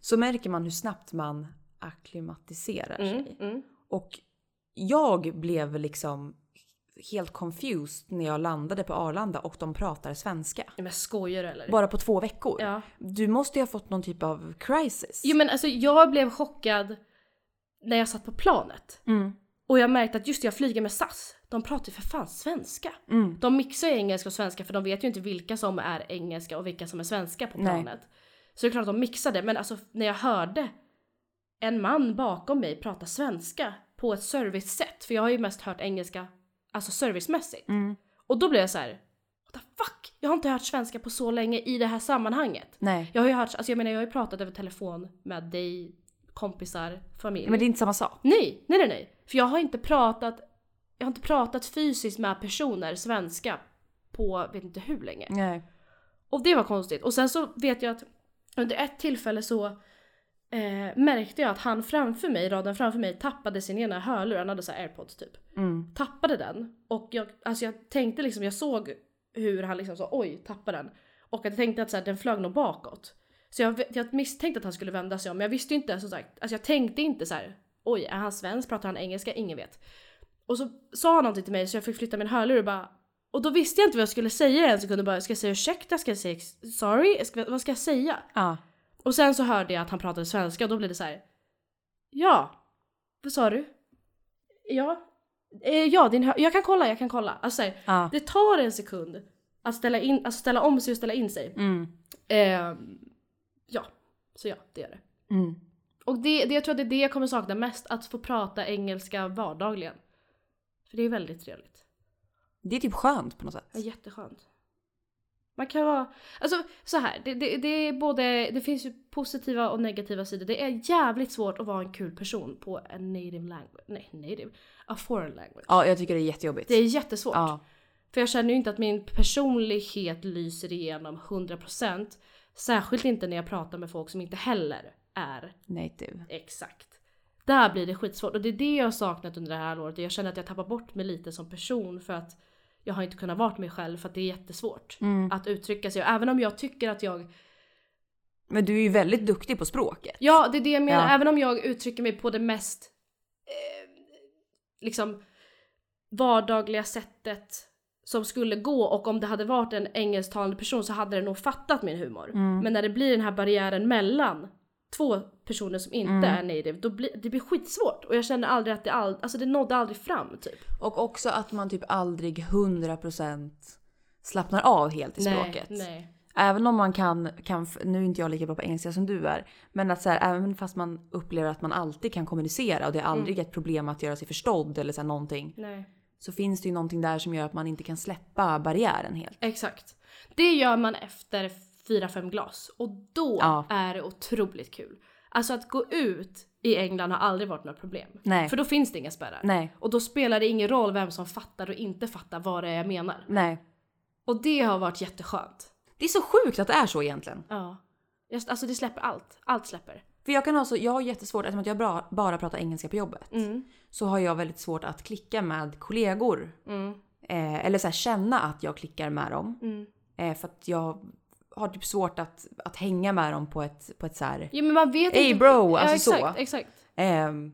Speaker 1: så märker man hur snabbt man akklimatiserar sig. Och jag blev liksom helt confused när jag landade på Arlanda och de pratar svenska.
Speaker 2: Nej, Men skojar du eller?
Speaker 1: Bara på två veckor.
Speaker 2: Ja.
Speaker 1: Du måste ju ha fått någon typ av crisis.
Speaker 2: Jo men alltså jag blev chockad när jag satt på planet.
Speaker 1: Mm.
Speaker 2: Och jag märkte att just det, jag flyger med SAS. De pratar ju för fan svenska.
Speaker 1: Mm.
Speaker 2: De mixar ju engelska och svenska för de vet ju inte vilka som är engelska och vilka som är svenska på
Speaker 1: Nej.
Speaker 2: planet. Så det är klart att de mixade men alltså när jag hörde en man bakom mig prata svenska på ett
Speaker 1: Mm.
Speaker 2: servicesätt för jag har ju mest hört engelska, alltså servicemässigt. Och då blev jag så här: the fuck? Jag har inte hört svenska på så länge i det här sammanhanget.
Speaker 1: Nej.
Speaker 2: Jag har ju hört, alltså jag menar jag har ju pratat över telefon med dig, kompisar, familj.
Speaker 1: Men det är inte samma sak.
Speaker 2: Nej, nej, nej, nej. För jag har inte pratat, jag har inte pratat fysiskt med personer, svenska, på vet inte hur länge.
Speaker 1: Nej.
Speaker 2: Och det var konstigt. Och sen så vet jag att under ett tillfälle så eh, märkte jag att han framför mig, raden framför mig, tappade sin ena hörlur. Han hade så här airpods typ.
Speaker 1: Mm.
Speaker 2: Tappade den. Och jag, alltså jag tänkte liksom, jag såg hur han liksom sa oj, tappade den. Och att jag tänkte att så här, den flög nog bakåt. Så jag, jag misstänkte att han skulle vända sig om, men jag visste ju inte som sagt. Alltså jag tänkte inte så här. oj, är han svensk? Pratar han engelska? Ingen vet. Och så sa han någonting till mig så jag fick flytta min hörlur och bara och då visste jag inte vad jag skulle säga i en sekund och bara ska jag säga ursäkta, ska jag säga ex- sorry, ska, vad ska jag säga?
Speaker 1: Ja.
Speaker 2: Och sen så hörde jag att han pratade svenska och då blev det så här. Ja, vad sa du? Ja, eh, ja din hö- jag kan kolla, jag kan kolla. Alltså så här,
Speaker 1: Ja.
Speaker 2: det tar en sekund att ställa, in, alltså ställa om sig och ställa in sig.
Speaker 1: Mm.
Speaker 2: Ehm, ja, så ja, det gör det.
Speaker 1: Mm.
Speaker 2: Och det, det, jag tror att det är det jag kommer sakna mest, att få prata engelska vardagligen. För det är väldigt trevligt.
Speaker 1: Det är typ skönt på något
Speaker 2: Ja,
Speaker 1: sätt.
Speaker 2: jätteskönt. Man kan vara, alltså så här, det, det, det är både, det finns ju positiva och negativa sidor. Det är jävligt svårt att vara en kul person på en native language, nej native, a foreign language.
Speaker 1: Ja, jag tycker det är jättejobbigt.
Speaker 2: Det är jättesvårt.
Speaker 1: Ja.
Speaker 2: För jag känner ju inte att min personlighet lyser igenom 100%. Särskilt inte när jag pratar med folk som inte heller är
Speaker 1: Native.
Speaker 2: Exakt. Där blir det skitsvårt och det är det jag har saknat under det här året och jag känner att jag tappar bort mig lite som person för att jag har inte kunnat vara mig själv för att det är jättesvårt
Speaker 1: Mm.
Speaker 2: att uttrycka sig. Och även om jag tycker att jag,
Speaker 1: Men du är ju väldigt duktig på språket.
Speaker 2: ja det är det jag menar,
Speaker 1: Ja.
Speaker 2: även om jag uttrycker mig på det mest eh, liksom vardagliga sättet som skulle gå och om det hade varit en engelsktalande person så hade den nog fattat min humor.
Speaker 1: Mm.
Speaker 2: Men när det blir den här barriären mellan två personer som inte
Speaker 1: Mm.
Speaker 2: är native, då blir, det blir skitsvårt. Och jag känner aldrig att det, all, alltså det nådde aldrig fram typ.
Speaker 1: Och också att man typ aldrig 100% slappnar av helt i språket.
Speaker 2: Nej, nej.
Speaker 1: Även om man kan, kan, f- nu är inte jag lika bra på engelska som du är, men att så här, även fast man upplever att man alltid kan kommunicera och det är aldrig ett problem att göra sig förstådd eller så här någonting.
Speaker 2: nej.
Speaker 1: Så finns det ju någonting där som gör att man inte kan släppa barriären helt.
Speaker 2: Exakt. Det gör man efter fyra fem glas och då
Speaker 1: Ja.
Speaker 2: är det otroligt kul. Alltså att gå ut i England har aldrig varit något problem.
Speaker 1: Nej.
Speaker 2: För då finns det inga spärrar.
Speaker 1: Nej.
Speaker 2: Och då spelar det ingen roll vem som fattar och inte fattar vad det är jag menar.
Speaker 1: Nej.
Speaker 2: Och det har varit jätteskönt.
Speaker 1: Det är så sjukt att det är så egentligen.
Speaker 2: Ja. Just, alltså det släpper allt. Allt släpper.
Speaker 1: För jag kan ha så, jag har jättesvårt, eftersom att jag bra, bara pratar engelska på jobbet.
Speaker 2: Mm.
Speaker 1: Så har jag väldigt svårt att klicka med kollegor.
Speaker 2: Mm.
Speaker 1: Eh, eller så här, känna att jag klickar med dem. Eh, för att jag har typ svårt att, att hänga med dem på ett, på ett så här...
Speaker 2: Jo men man vet
Speaker 1: Ey,
Speaker 2: inte.
Speaker 1: bro, alltså
Speaker 2: ja, exakt,
Speaker 1: så.
Speaker 2: Exakt.
Speaker 1: Ehm,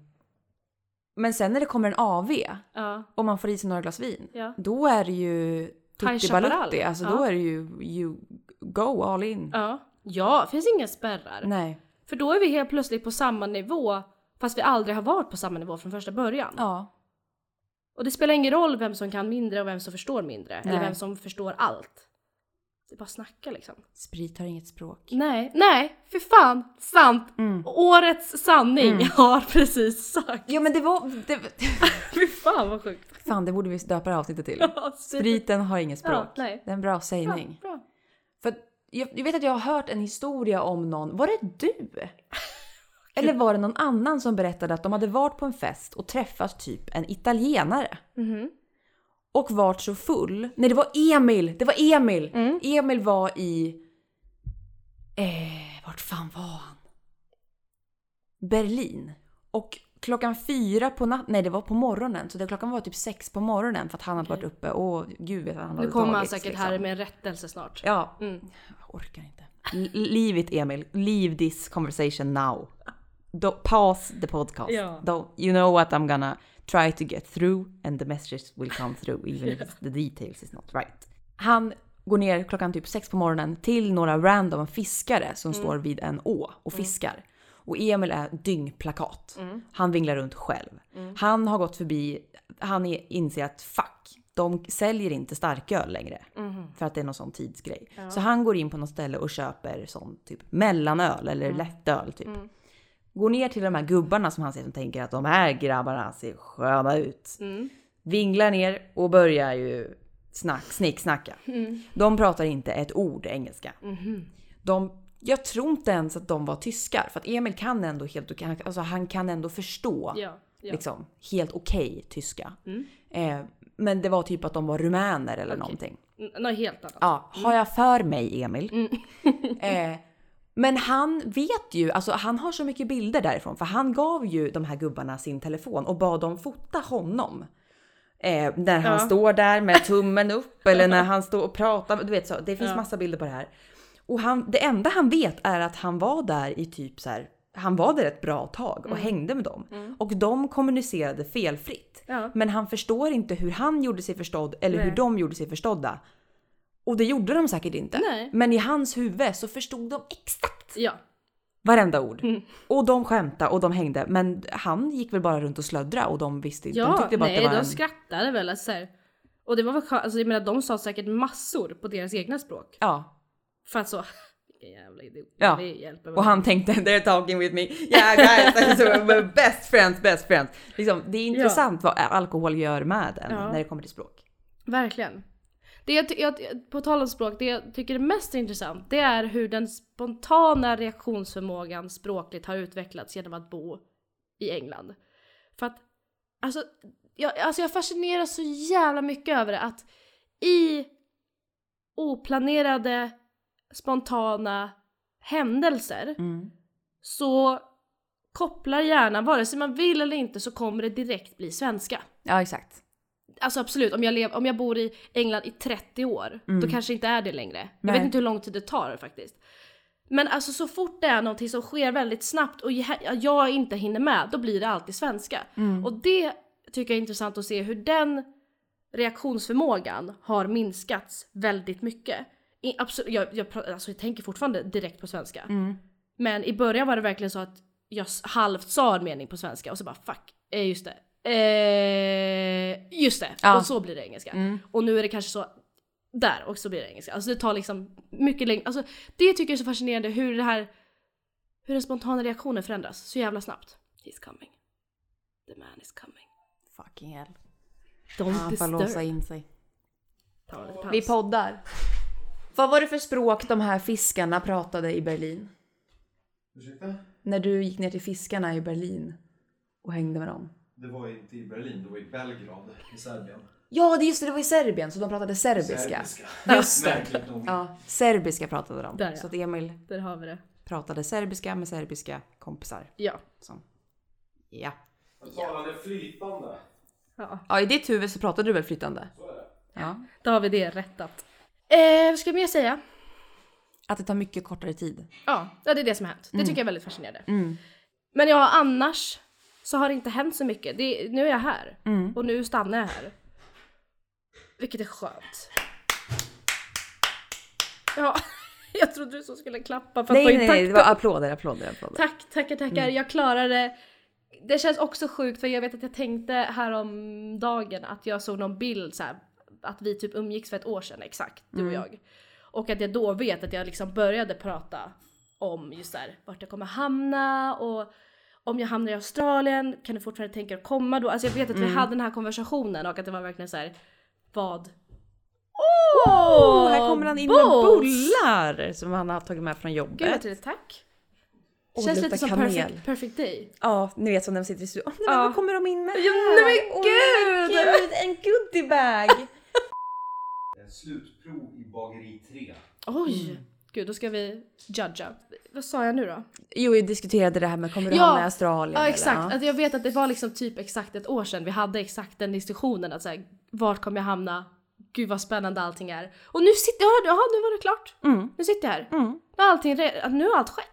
Speaker 1: men sen när det kommer en AV
Speaker 2: Ja.
Speaker 1: och man får i sig några glas vin.
Speaker 2: Ja.
Speaker 1: Då är det ju
Speaker 2: High
Speaker 1: tutti
Speaker 2: Chaparral.
Speaker 1: balutti. Alltså då
Speaker 2: Ja.
Speaker 1: är det ju you go all in.
Speaker 2: Ja. Ja, finns inga spärrar.
Speaker 1: Nej.
Speaker 2: För då är vi helt plötsligt på samma nivå fast vi aldrig har varit på samma nivå från första början.
Speaker 1: Ja.
Speaker 2: Och det spelar ingen roll vem som kan mindre och vem som förstår mindre. Eller
Speaker 1: Nej.
Speaker 2: vem som förstår allt. Det är bara snacka liksom.
Speaker 1: Sprit har inget språk.
Speaker 2: Nej, nej, för fan. Sant.
Speaker 1: Mm.
Speaker 2: Årets sanning har precis sagt.
Speaker 1: Jo men det var... Det,
Speaker 2: Fy fan vad sjukt.
Speaker 1: fan det borde vi döpa det här avsnittet till.
Speaker 2: Ja,
Speaker 1: Spriten har inget språk.
Speaker 2: Ja, nej.
Speaker 1: Det är en bra
Speaker 2: Bra,
Speaker 1: sägning.
Speaker 2: bra.
Speaker 1: För att jag, jag vet att jag har hört en historia om någon. Var det du? Eller var det någon annan som berättade att de hade varit på en fest och träffat typ en italienare?
Speaker 2: Mm-hmm.
Speaker 1: Och varit så full. Nej, det var Emil! Det var Emil!
Speaker 2: Mm.
Speaker 1: Emil var i... Eh, vart fan var han? Berlin. Och klockan fyra på natten, nej det var på morgonen, så det, klockan var typ sex på morgonen för att han hade varit uppe och gud vet vad han hade
Speaker 2: Nu kommer han
Speaker 1: tagits,
Speaker 2: säkert
Speaker 1: liksom.
Speaker 2: här med en rättelse snart. Mm.
Speaker 1: Ja. Jag orkar inte. L- leave it Emil. Leave this conversation now. Do, pause the podcast.
Speaker 2: Ja.
Speaker 1: Don't, you know what I'm gonna try to get through and the messages will come through even if the details is not right. Han går ner klockan typ sex på morgonen till några random fiskare som står vid en å och fiskar. Och Emil är dyngplakat. Han vinglar runt själv. Han har gått förbi, han är, inser att fuck, de säljer inte starköl längre. För att det är någon sån tidsgrej. Så han går in på något ställe och köper sån typ mellanöl eller lättöl typ. Går ner till de här gubbarna som han ser som tänker att
Speaker 2: Mm.
Speaker 1: de här grabbarna ser sköna ut. Vinglar ner och börjar ju snack, snicksnacka.
Speaker 2: Mm.
Speaker 1: De pratar inte ett ord engelska.
Speaker 2: Mhm.
Speaker 1: De, jag tror inte ens att de var tyskar för att Emil kan ändå helt okej, han- alltså han kan ändå förstå
Speaker 2: Ja, ja. Mm.
Speaker 1: liksom helt okej tyska. Eh, men det var typ att de var rumäner eller någonting.
Speaker 2: N- Något helt annat.
Speaker 1: Alltså, Ja, har jag för mig Emil.
Speaker 2: Mm.
Speaker 1: eh, men han vet ju, alltså han har så mycket bilder därifrån för han gav ju de här gubbarna sin telefon och bad dem fota honom. Eh, när han
Speaker 2: Ja.
Speaker 1: står där med tummen upp eller när han står och pratar. Du vet så, det finns massa bilder på det här. Och han, det enda han vet är att han var där i typ så här, han var där ett bra tag och
Speaker 2: Mm.
Speaker 1: hängde med dem. Och de kommunicerade felfritt.
Speaker 2: Ja.
Speaker 1: Men han förstår inte hur han gjorde sig förstådd eller hur
Speaker 2: Nej.
Speaker 1: de gjorde sig förstådda. Och det gjorde de säkert inte.
Speaker 2: Nej.
Speaker 1: Men i hans huvud så förstod de exakt
Speaker 2: Ja.
Speaker 1: varenda ord. Och de skämtade och de hängde. Men han gick väl bara runt och slöddra och de visste inte. de
Speaker 2: Ja,
Speaker 1: tyckte bara
Speaker 2: nej
Speaker 1: att det var
Speaker 2: de
Speaker 1: en...
Speaker 2: skrattade väl. Alltså, så här. och det var väl skönt, alltså, jag menar de sa säkert massor på deras egna språk.
Speaker 1: Ja.
Speaker 2: För att så, vilka jävla idioter,
Speaker 1: Ja.
Speaker 2: det hjälper väl.
Speaker 1: Och han tänkte “They're talking with me, yeah guys, so we're best friends, best friends”. Liksom, det är intressant vad alkohol gör med en
Speaker 2: Ja.
Speaker 1: när det kommer till språk.
Speaker 2: Verkligen. Det jag, ty- jag, på tal om språk, det jag tycker är mest intressant det är hur den spontana reaktionsförmågan språkligt har utvecklats genom att bo i England. För att, alltså jag, alltså jag fascineras så jävla mycket över det att i oplanerade spontana händelser
Speaker 1: Mm.
Speaker 2: så kopplar hjärnan, vare sig man vill eller inte så kommer det direkt bli svenska.
Speaker 1: Ja exakt.
Speaker 2: Alltså absolut, om jag, lev, om jag bor i England i 30 år, då kanske inte är det längre. Jag
Speaker 1: Nej.
Speaker 2: vet inte hur lång tid det tar faktiskt. Men alltså så fort det är någonting som sker väldigt snabbt och jag- jag inte hinner med, då blir det alltid svenska. Och det tycker jag är intressant att se hur den reaktionsförmågan har minskats väldigt mycket. I, absolut, jag, jag, pra- alltså jag tänker fortfarande direkt på svenska.
Speaker 1: Mm.
Speaker 2: Men i början var det verkligen så att jag s- halvt sa en mening på svenska och så bara fuck, eh, just det. Eh, just det,
Speaker 1: Ja.
Speaker 2: och så blir det engelska.
Speaker 1: Mm.
Speaker 2: Och nu är det kanske så där och så blir det engelska. Alltså det tar liksom mycket längre. Alltså det tycker jag är så fascinerande hur det här, hur den spontana reaktionen förändras så jävla snabbt. He's coming. The man is coming.
Speaker 1: Fucking hell.
Speaker 2: Don't
Speaker 1: Han får låsa
Speaker 2: disturb.
Speaker 1: in sig.
Speaker 2: Ta en liten paus.
Speaker 1: Vi poddar. Vad var det för språk de här fiskarna pratade i Berlin?
Speaker 4: Ursäkta?
Speaker 1: När du gick ner till fiskarna i Berlin och hängde med dem?
Speaker 4: Det var inte i Berlin, det var i Belgrad i Serbien.
Speaker 1: Ja, det just det, det var i Serbien så de pratade serbiska.
Speaker 4: Serbiska.
Speaker 1: Just det.
Speaker 4: Märkligt nog.
Speaker 1: Ja, serbiska pratade de.
Speaker 2: Där, ja.
Speaker 1: Så att Emil
Speaker 2: Där har vi det.
Speaker 1: pratade serbiska med serbiska kompisar.
Speaker 2: Ja.
Speaker 1: Som. Ja.
Speaker 4: Talande flytande.
Speaker 2: ja.
Speaker 1: Ja, i ditt huvud så pratade du väl flytande? Ja.
Speaker 2: Då har vi det rättat. Eh, vad ska jag mer säga?
Speaker 1: Att det tar mycket kortare tid.
Speaker 2: Ja, ja, det är det som har hänt. Det
Speaker 1: Mm.
Speaker 2: tycker jag är väldigt fascinerande. Men ja, annars så har det inte hänt så mycket. Det, nu är jag här.
Speaker 1: Mm.
Speaker 2: Och nu stannar jag här. Vilket är skönt. Ja, jag trodde du så skulle klappa för att få
Speaker 1: Nej,
Speaker 2: in
Speaker 1: nej, nej, det
Speaker 2: takten.
Speaker 1: var applåder, applåder, applåder.
Speaker 2: Tack, tackar, tackar.
Speaker 1: Mm.
Speaker 2: Jag klarar det. Det känns också sjukt för jag vet att jag tänkte häromdagen att jag såg någon bild så här, att vi typ umgicks för ett år sedan exakt, du
Speaker 1: Mm.
Speaker 2: och jag. Och att jag då vet att jag liksom började prata om just där vart jag kommer hamna och om jag hamnar i Australien, kan du fortfarande tänka dig att komma då? Alltså jag vet att
Speaker 1: Mm.
Speaker 2: vi hade den här konversationen och att det var verkligen så här, vad?
Speaker 1: Åh, Oh, här kommer han in med
Speaker 2: Balls!
Speaker 1: bullar som han har tagit med från jobbet.
Speaker 2: Gud vad trevligt, tack.
Speaker 1: Och
Speaker 2: Känns
Speaker 1: lite
Speaker 2: lite som
Speaker 1: kanel.
Speaker 2: perfect, perfect day.
Speaker 1: Ja, ni vet som när de sitter i studion. Åh, nej,
Speaker 2: Ja.
Speaker 1: vad kommer de in med här?
Speaker 2: Ja, nej, men
Speaker 1: Åh,
Speaker 2: gud!
Speaker 1: nej, men En goodiebag!
Speaker 4: Eh, Slutprov i bageri 3.
Speaker 1: Mm.
Speaker 2: Oj! Gud, då ska vi judga. Vad sa jag nu då?
Speaker 1: jo, vi diskuterade det här med kommer du
Speaker 2: Ja.
Speaker 1: hamna i Australien?
Speaker 2: Ja
Speaker 1: eller?
Speaker 2: exakt, att jag vet att det var liksom typ exakt ett år sedan vi hade exakt den diskussionen att såhär, vart kommer jag hamna? Gud vad spännande allting är. Och nu sitter jag, jaha nu var det klart. Nu sitter jag här.
Speaker 1: Mm.
Speaker 2: Nu har allting, re- nu har allt skett.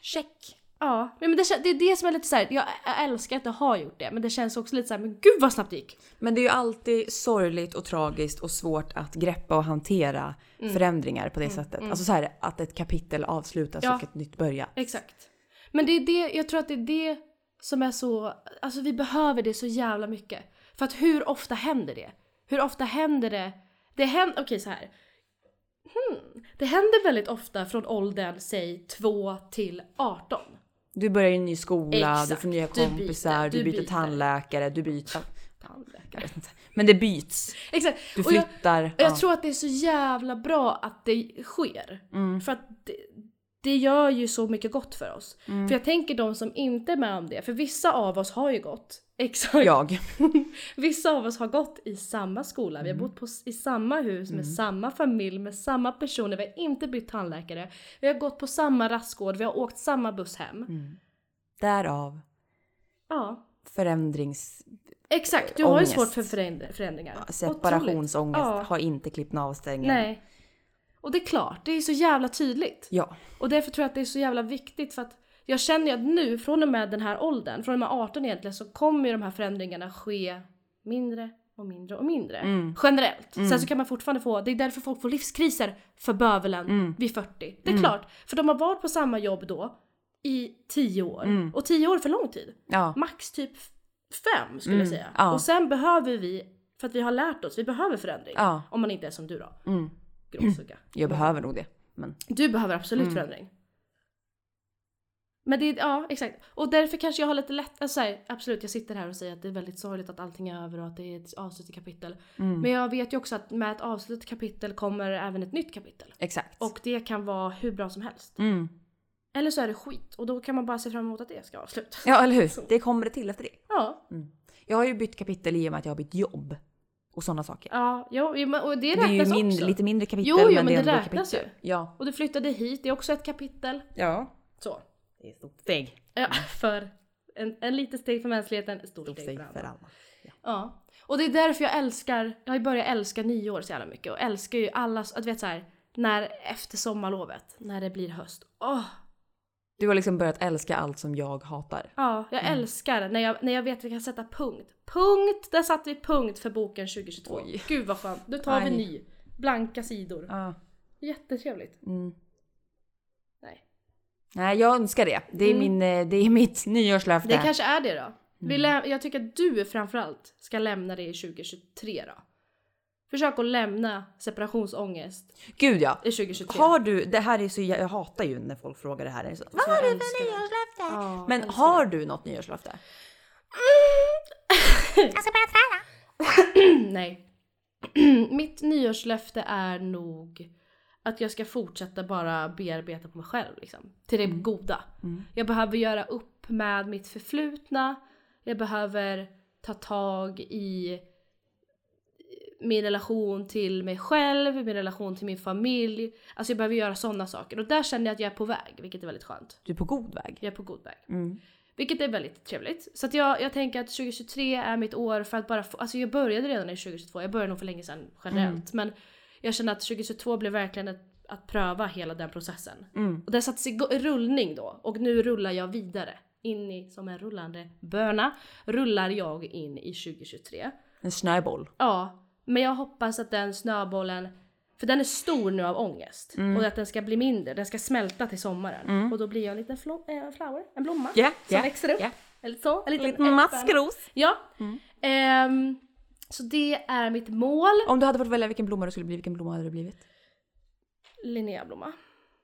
Speaker 1: Check.
Speaker 2: Ja, men det, kän- det är det som är lite såhär, jag, jag älskar att jag har gjort det men det känns också lite såhär, men gud vad snabbt det gick.
Speaker 1: Men det är ju alltid sorgligt och tragiskt och svårt att greppa och hantera
Speaker 2: Mm.
Speaker 1: förändringar på det sättet. Alltså så här att ett kapitel avslutas
Speaker 2: Ja.
Speaker 1: och ett nytt börjar.
Speaker 2: Exakt. Men det är det, jag tror att det är det som är så, alltså vi behöver det så jävla mycket. För att hur ofta händer det? Hur ofta händer det? Det händer, okej så här. Hmm. Det händer väldigt ofta från åldern, säg 2 till 18.
Speaker 1: Du börjar i en ny skola,
Speaker 2: Exakt.
Speaker 1: du får nya
Speaker 2: Du byter,
Speaker 1: kompisar, du
Speaker 2: du
Speaker 1: byter,
Speaker 2: byter.
Speaker 1: tandläkare, du byter... Jag vet inte. Men det byts.
Speaker 2: Exakt.
Speaker 1: Du
Speaker 2: Och jag-
Speaker 1: flyttar.
Speaker 2: Och jag
Speaker 1: ja.
Speaker 2: tror att det är så jävla bra att det sker.
Speaker 1: Mm.
Speaker 2: För att det, det gör ju så mycket gott för oss.
Speaker 1: Mm.
Speaker 2: För jag tänker de som inte är med om det, för vissa av oss har ju gått. Exakt.
Speaker 1: Jag.
Speaker 2: Vissa av oss har gått i samma skola, vi har bott på, s- i samma hus med samma familj, med samma personer, vi har inte bytt tandläkare. Vi har gått på samma rastgård, vi har åkt samma buss hem.
Speaker 1: Därav
Speaker 2: Ja,
Speaker 1: förändrings...
Speaker 2: exakt. Du har ju
Speaker 1: Ångest.
Speaker 2: svårt för föränd- förändringar. Otroligt.
Speaker 1: Separationsångest.
Speaker 2: Ja.
Speaker 1: Har inte klippt avstängningen.
Speaker 2: Nej. Och det är klart, det är så jävla tydligt.
Speaker 1: Ja.
Speaker 2: Och därför tror jag att det är så jävla viktigt för att jag känner ju att nu, från och med den här åldern, från och med 18 egentligen, så kommer ju de här förändringarna ske mindre och mindre och mindre.
Speaker 1: Mm.
Speaker 2: Generellt. Sen så kan man fortfarande få, det är därför folk får livskriser för bövelen
Speaker 1: Mm.
Speaker 2: vid 40. Det är klart, för de har varit på samma jobb då i 10 år.
Speaker 1: Mm.
Speaker 2: Och 10 år är för lång tid.
Speaker 1: Ja.
Speaker 2: Max typ 5 skulle jag
Speaker 1: Mm,
Speaker 2: säga.
Speaker 1: ja.
Speaker 2: Och sen behöver vi, för att vi har lärt oss, vi behöver förändring.
Speaker 1: Ja.
Speaker 2: Om man inte är som du då,
Speaker 1: Mm.
Speaker 2: gråsuga.
Speaker 1: Jag behöver nog det. Men
Speaker 2: Du behöver absolut
Speaker 1: Mm.
Speaker 2: förändring. Men det är, ja exakt. Och därför kanske jag har lite lätt, alltså så här, absolut jag sitter här och säger att det är väldigt sorgligt att allting är över och att det är ett avslutat kapitel.
Speaker 1: Mm.
Speaker 2: Men jag vet ju också att med ett avslutat kapitel kommer även ett nytt kapitel.
Speaker 1: exakt.
Speaker 2: Och det kan vara hur bra som helst.
Speaker 1: Mm.
Speaker 2: Eller så är det skit och då kan man bara se fram emot att det ska avsluta.
Speaker 1: Ja, eller hur? Det kommer det till efter det.
Speaker 2: Ja,
Speaker 1: Jag har ju bytt kapitel i och med att jag har bytt jobb. Och sådana saker.
Speaker 2: ja, ja jo, men- och det
Speaker 1: Det
Speaker 2: räknas
Speaker 1: är ju mindre,
Speaker 2: också.
Speaker 1: lite mindre kapitel
Speaker 2: Jo, jo, men det
Speaker 1: ändå
Speaker 2: räknas
Speaker 1: kapitel. Ja.
Speaker 2: Och du flyttade hit, det är också ett kapitel.
Speaker 1: Ja.
Speaker 2: Så.
Speaker 1: Det är ett stort steg.
Speaker 2: Ja, för en, en liten steg för mänskligheten, ett stort
Speaker 1: Mm. Stort
Speaker 2: steg
Speaker 1: steg
Speaker 2: för alla.
Speaker 1: för alla.
Speaker 2: Ja. Och det är därför jag älskar, jag har ju börjat älska nyår så jävla mycket och älskar ju alla, att du vet så här, när efter sommarlovet, när det blir höst. Åh!
Speaker 1: Du har liksom börjat älska allt som jag hatar.
Speaker 2: ja, jag
Speaker 1: Mm.
Speaker 2: älskar när jag, när jag vet att jag kan sätta punkt. Punkt! Där satte vi punkt för boken 2022.
Speaker 1: Oj.
Speaker 2: Gud vad skönt. Nu tar vi
Speaker 1: Aj.
Speaker 2: ny. Blanka sidor.
Speaker 1: Ja.
Speaker 2: Jättetrevligt.
Speaker 1: Mm.
Speaker 2: Nej.
Speaker 1: Nej, jag önskar det. Det är,
Speaker 2: Mm.
Speaker 1: min, eh, det är mitt nyårslöfte.
Speaker 2: Det kanske är det då. Vi
Speaker 1: Mm.
Speaker 2: lä- jag tycker att du framförallt ska lämna det i 2023 då. Försök att lämna separationsångest
Speaker 1: Gud ja.
Speaker 2: i 2023.
Speaker 1: Har du, det här är så, jag jag hatar ju när folk frågar det här. Det är Så, vad
Speaker 2: jag
Speaker 1: har du för
Speaker 2: älskar det.
Speaker 1: nyårslöfte?
Speaker 2: Ja,
Speaker 1: Men
Speaker 2: älskar
Speaker 1: har du något nyårslöfte?
Speaker 2: Nej. Mitt nyårslöfte är nog att jag ska fortsätta bara bearbeta på mig själv. Liksom, till det goda. Jag behöver göra upp med mitt förflutna. Jag behöver ta tag i min relation till mig själv, min relation till min familj. Alltså jag behöver göra sådana saker. Och där känner jag att jag är på väg, vilket är väldigt skönt.
Speaker 1: Du är på god väg.
Speaker 2: Jag är på god väg.
Speaker 1: Mm.
Speaker 2: Vilket är väldigt trevligt. Så att jag, jag tänker att 2023 är mitt år för att bara få, alltså jag började redan i 2022, jag började nog för länge sedan generellt.
Speaker 1: Mm.
Speaker 2: Men jag känner att 2022 blev verkligen ett, att pröva hela den processen.
Speaker 1: Mm.
Speaker 2: Och den sattes i go- i rullning då och nu rullar jag vidare. In i, som en rullande böna, rullar jag in i 2023.
Speaker 1: En snöboll.
Speaker 2: Ja, men jag hoppas att den snöbollen, för den är stor nu av ångest. Och att den ska bli mindre, den ska smälta till sommaren. Och då blir jag en liten flo- eh, flower, en blomma.
Speaker 1: Ja,
Speaker 2: som
Speaker 1: ja,
Speaker 2: växer upp.
Speaker 1: ja.
Speaker 2: Eller så,
Speaker 1: En
Speaker 2: en liten, Mm.
Speaker 1: liten
Speaker 2: öppen-
Speaker 1: maskros.
Speaker 2: Ja. Ehm, så det är mitt mål.
Speaker 1: Om du hade fått välja vilken blomma du skulle bli, vilken blomma hade du blivit?
Speaker 2: Linnéblomma.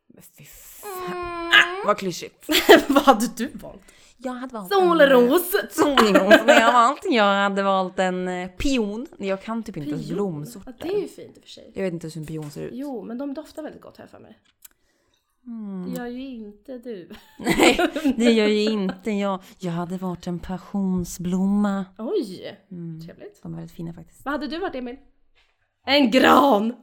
Speaker 1: Men fy fan.
Speaker 2: Mm.
Speaker 1: Ah, vad klyschigt.
Speaker 2: Vad hade du valt? Mm.
Speaker 1: Jag hade valt eh,
Speaker 2: Solros!
Speaker 1: Solros. Men jag, valt, jag hade valt en eh, pion. Jag kan typ inte ens
Speaker 2: Ja,
Speaker 1: blomsorter.
Speaker 2: det är ju fint i och för sig.
Speaker 1: Jag vet inte ens hur en pion ser ut.
Speaker 2: Jo, men de doftar väldigt gott här för mig. Det gör ju inte du.
Speaker 1: Nej, det gör ju inte jag. Jag hade varit en passionsblomma.
Speaker 2: Oj! Trevligt.
Speaker 1: De är väldigt fina faktiskt.
Speaker 2: Vad hade du varit Emil? En gran!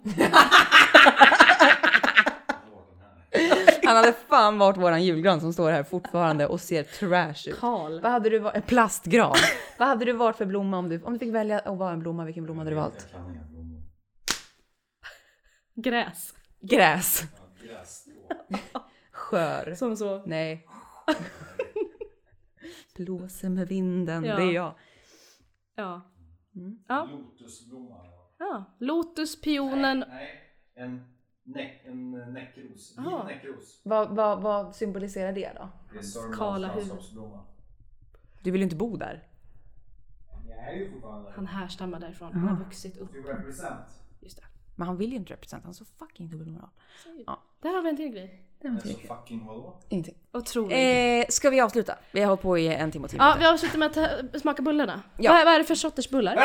Speaker 1: Han hade fan varit våran julgran som står här fortfarande och ser trash ut.
Speaker 2: Karl.
Speaker 1: Vad hade du varit? En plastgran. Vad hade du varit för blomma om du, om du fick välja att vara en blomma? Vilken blomma hade du valt?
Speaker 4: Jag kan inga blommor.
Speaker 2: Gräs.
Speaker 1: Gräs.
Speaker 4: Ja, Grässtrå.
Speaker 1: Skör.
Speaker 2: Som så.
Speaker 1: Nej. Blåser med vinden,
Speaker 2: Ja.
Speaker 1: det är jag.
Speaker 2: Ja.
Speaker 4: Lotusblomma. ja.
Speaker 2: ja. Lotus, pionen.
Speaker 4: Nej, en, nä, en eh, näckros. Vit
Speaker 2: Ah.
Speaker 4: näckros.
Speaker 1: Vad, vad, vad symboliserar det då?
Speaker 4: Det är Sörmlands
Speaker 2: Kala huvud.
Speaker 4: landskapsblomma.
Speaker 1: Du vill ju inte bo där.
Speaker 4: Jag är ju fortfarande
Speaker 2: Han härstammar därifrån. Han har vuxit upp.
Speaker 4: Du represent.
Speaker 2: Just det.
Speaker 1: Men han vill ju inte representera, han är så fucking dubbelmoral.
Speaker 2: Där har vi en till grej.
Speaker 4: Alltså fucking vadå?
Speaker 1: typ, Ingenting.
Speaker 2: Otroligt.
Speaker 1: Eh, ska vi avsluta? Vi har hållit på i en timme och tio
Speaker 2: ja,
Speaker 1: minuter.
Speaker 2: vi avslutar med att ta- smaka bullarna.
Speaker 1: Ja.
Speaker 2: Vad, vad är det för sorters bullar?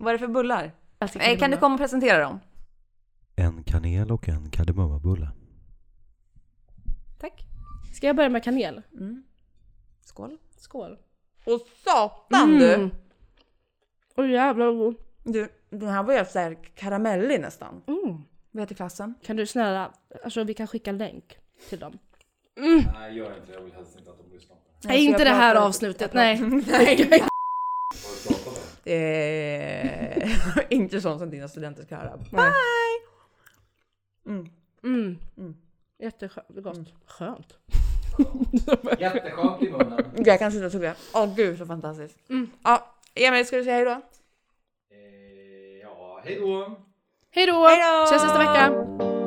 Speaker 1: Vad är det för bullar?
Speaker 2: Jag tycker
Speaker 1: Eh, kan du komma och presentera dem?
Speaker 5: En kanel och en kardemummabulle.
Speaker 1: Tack.
Speaker 2: Ska jag börja med kanel?
Speaker 1: Skål.
Speaker 2: Skål.
Speaker 1: Och satan du!
Speaker 2: Åh jävlar vad god.
Speaker 1: Du, den här var ju såhär karamellig nästan.
Speaker 2: Mm.
Speaker 1: Vad heter klassen?
Speaker 2: Kan du snälla, alltså vi kan skicka länk till dem.
Speaker 4: Nej, gör inte det. Jag vill helst inte att de lyssnar på det.
Speaker 2: Mm. Nej, inte det här avslutet, nej. nej.
Speaker 4: Vad har du pratat om?
Speaker 1: Eh, inte sånt som dina studenter ska höra.
Speaker 2: Mm. Jättegott. Skönt.
Speaker 4: Jätteskönt i munnen.
Speaker 1: Jag kan sitta och tugga. Åh gud så fantastiskt. Ja, Emil ska du säga hejdå?
Speaker 4: Eh, ja, hej då.
Speaker 2: Hej då!
Speaker 1: då!
Speaker 2: Ses nästa vecka!